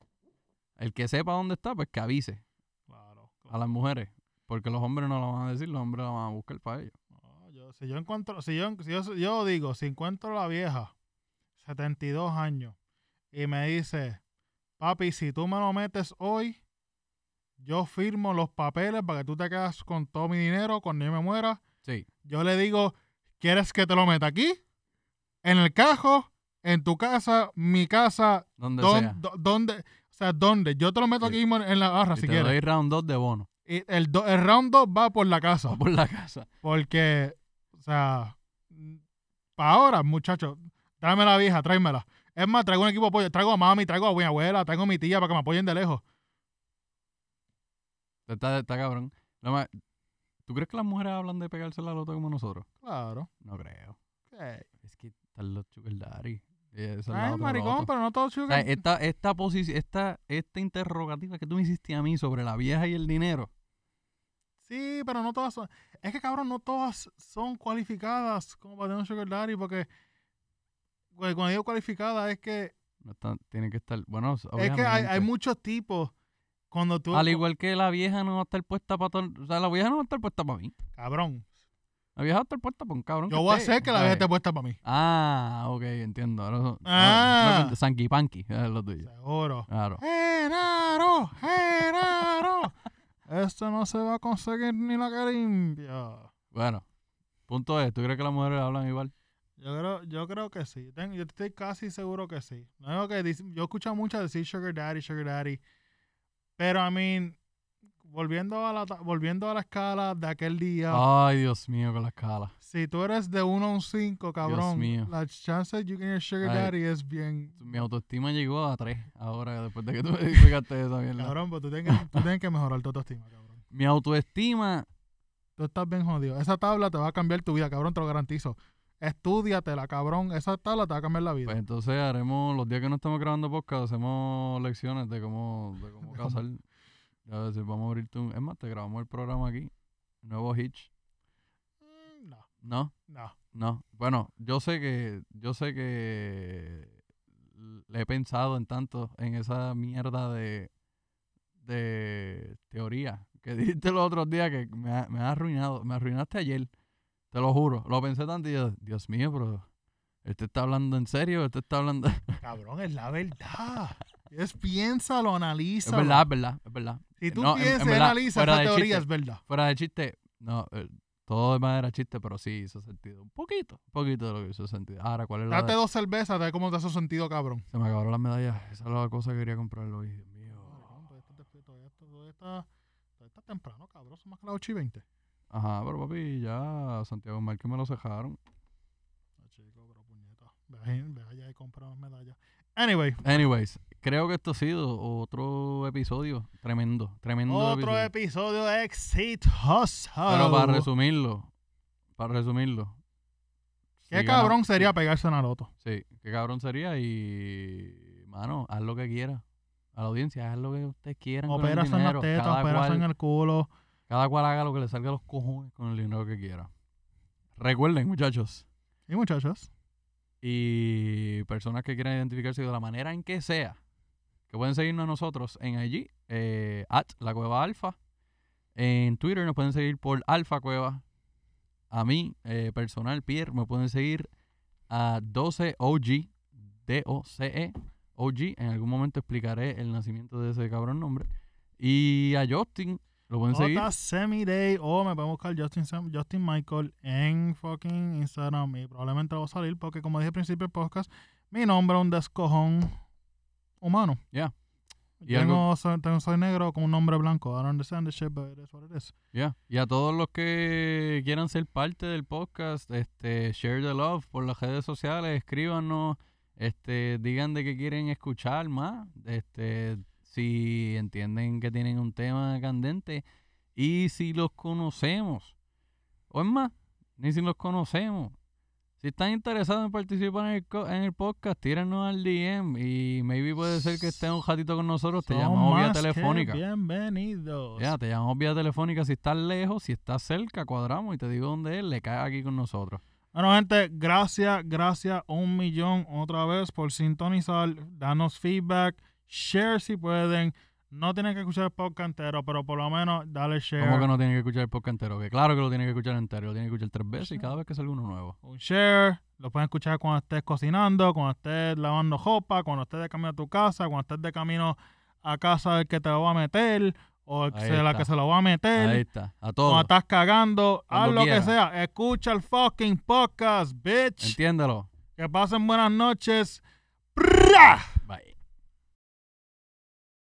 El que sepa dónde está, pues que avise. Claro. a las mujeres. Porque los hombres no la van a decir, los hombres la van a buscar para ellos. No, yo, si yo encuentro, si yo, si yo, yo digo, si encuentro la vieja, 72 años, y me dice, papi, si tú me lo metes hoy, yo firmo los papeles para que tú te quedas con todo mi dinero cuando yo me muera. Sí. Yo le digo, ¿quieres que te lo meta aquí? En el cajo, en tu casa, mi casa, Donde sea. don- do- donde, o sea, donde, yo te lo meto Sí. aquí mismo en la barra Y si te quieres. doy round 2 de bono. Y el, do- el round 2 va por la casa. O por la casa. Porque, o sea, para ahora, muchachos, tráeme la vieja, tráemela. Es más, traigo un equipo de apoyo, traigo a mami, traigo a mi abuela, traigo a mi tía para que me apoyen de lejos. Está, está cabrón. Lo más- ¿Tú crees que las mujeres hablan de pegarse la lota como nosotros? Claro. No creo. Ay, Es que están los sugar daddy. Eh, esa es la otra maricón, lota. pero no todo O sea, sugar. esta, esta, posi- esta, esta interrogativa que tú me hiciste a mí sobre la vieja y el dinero. Sí, pero no todas son. Es que, cabrón, no todas son cualificadas como para tener un sugar daddy porque... güey, Cuando digo cualificada es que No está- tiene que estar. Bueno, es que hay, hay obviamente. muchos tipos Cuando tú. Al igual que la vieja no va a estar puesta para todo. O sea, la vieja no va a estar puesta para mí. Cabrón. La vieja va a estar puesta para un cabrón. Yo voy a hacer que la vieja te esté puesta para mí. Ah, ok, entiendo. Ahora son- Ah. ahora son Sanky Panky, es lo tuyo. Seguro. Claro. ¡Genaro! ¡Genaro! Esto no se va a conseguir ni la que limpia. Bueno, punto es, ¿tú crees que las mujeres hablan igual? Yo creo, yo creo que sí. Ten- yo estoy casi seguro que sí. No digo que dic- yo he escuchado mucho decir Sugar Daddy, Sugar Daddy. Pero, I mean, volviendo a la, ta- volviendo a la escala de aquel día, Ay, Dios mío, con la escala. si tú eres de 1 a un 5, cabrón, mío. la chance de you getting a Sugar Ay. Daddy es bien. Mi autoestima llegó a 3 ahora, después de que tú me explicaste esa mierda. Cabrón, pero tú tienes, que- tú tienes que mejorar tu autoestima, cabrón. Mi autoestima, Tú estás bien jodido. Esa tabla te va a cambiar tu vida, cabrón, te lo garantizo. Estudiatela, cabrón. Esa tabla te va a cambiar la vida. pues entonces haremos, los días que no estamos grabando podcast, hacemos lecciones de cómo, de cómo De cómo. casar. A ver si vamos a abrirte un... Es más, te grabamos el programa aquí. Nuevo Hitch. Mm, No, ¿No? no. No, bueno, yo sé que, yo sé que le he pensado en tanto en esa mierda de, de teoría que dijiste los otros días que me ha, me ha arruinado, me arruinaste ayer, te lo juro, lo pensé tanto y yo, Dios mío, pero este está hablando en serio, este está hablando, es Cabrón, es la verdad. Es piénsalo, analízalo. verdad, es verdad, es verdad, Si tú No, en- en piensas y verdad, analizas fuera esa de teoría, chiste. es verdad. fuera de chiste, no, eh, todo de manera chiste, pero sí hizo sentido, un poquito, un poquito de lo que hizo sentido, ahora, ¿cuál es la de- Date dos cervezas, te cómo te hace sentido, cabrón. Se me acabaron las medallas. Esa es la cosa que quería comprar hoy. Dios mío. Todavía está- todavía está- todavía está- todavía está temprano, cabrón. Son más que las 8 y 20. Ajá, pero papi, ya Santiago Márquez me lo cejaron. Ah, chico, pero puñeta. Ve ahí- ve allá y compra unas medallas. Anyway, Anyways, creo que esto ha sido otro episodio tremendo, tremendo otro episodio. episodio exitoso. pero para resumirlo, para resumirlo. Qué sigan a- cabrón sería pegarse una loto. Sí, qué cabrón sería y... Mano, haz lo que quiera. A la audiencia, haz lo que ustedes quieran con el Operas en las dinero. tetas, cada, operas cual, en el culo. cada cual haga lo que le salga a los cojones con el dinero que quiera. Recuerden, muchachos. Y muchachos, y personas que quieran identificarse de la manera en que sea, que pueden seguirnos a nosotros en IG, eh, at la cueva alfa. En Twitter nos pueden seguir por alfa cueva. A mí, eh, personal, Pierre, me pueden seguir a 12OG, D-O-C-E, OG. E, En algún momento explicaré el nacimiento de ese cabrón nombre. Y a Justin, lo pueden seguir. J Semiday o me pueden buscar Justin, Sem- Justin Michael en fucking Instagram y probablemente lo va a salir porque como dije al principio del podcast, mi nombre es un descojón humano. Yeah. Y Tengo, soy, tengo- soy negro con un nombre blanco. I don't understand this shit, but it is what it is. Ya, Y a todos los que quieran ser parte del podcast, este, share the love por las redes sociales, escríbanos, este, digan de qué quieren escuchar más, este, si entienden que tienen un tema candente y si los conocemos. O es más, ni si los conocemos. Si están interesados en participar en el, co- en el podcast, tíranos al DM y maybe puede ser que estén un ratito con nosotros, te Son llamamos vía más que telefónica. Bienvenidos. Ya, te llamamos vía telefónica si estás lejos, si estás cerca, cuadramos y te digo dónde es, le caes aquí con nosotros. Bueno, gente, gracias, gracias un millón otra vez por sintonizar, danos feedback, share si pueden. No tienen que escuchar el podcast entero, pero por lo menos dale share. ¿Cómo que no tienes que escuchar el podcast entero? Que claro que lo tienes que escuchar entero, lo tienes que escuchar tres veces y cada vez que salga uno nuevo. Un share, lo pueden escuchar cuando estés cocinando, cuando estés lavando ropa, cuando estés de camino a tu casa, cuando estés de camino a casa del que te lo va a meter o el que Ahí se- la está. que se lo va a meter. Ahí está, a Cuando todos. estás cagando, Cuando haz lo quieras. que sea. Escucha el fucking podcast, bitch. Entiéndelo. Que pasen buenas noches. ¡Pra!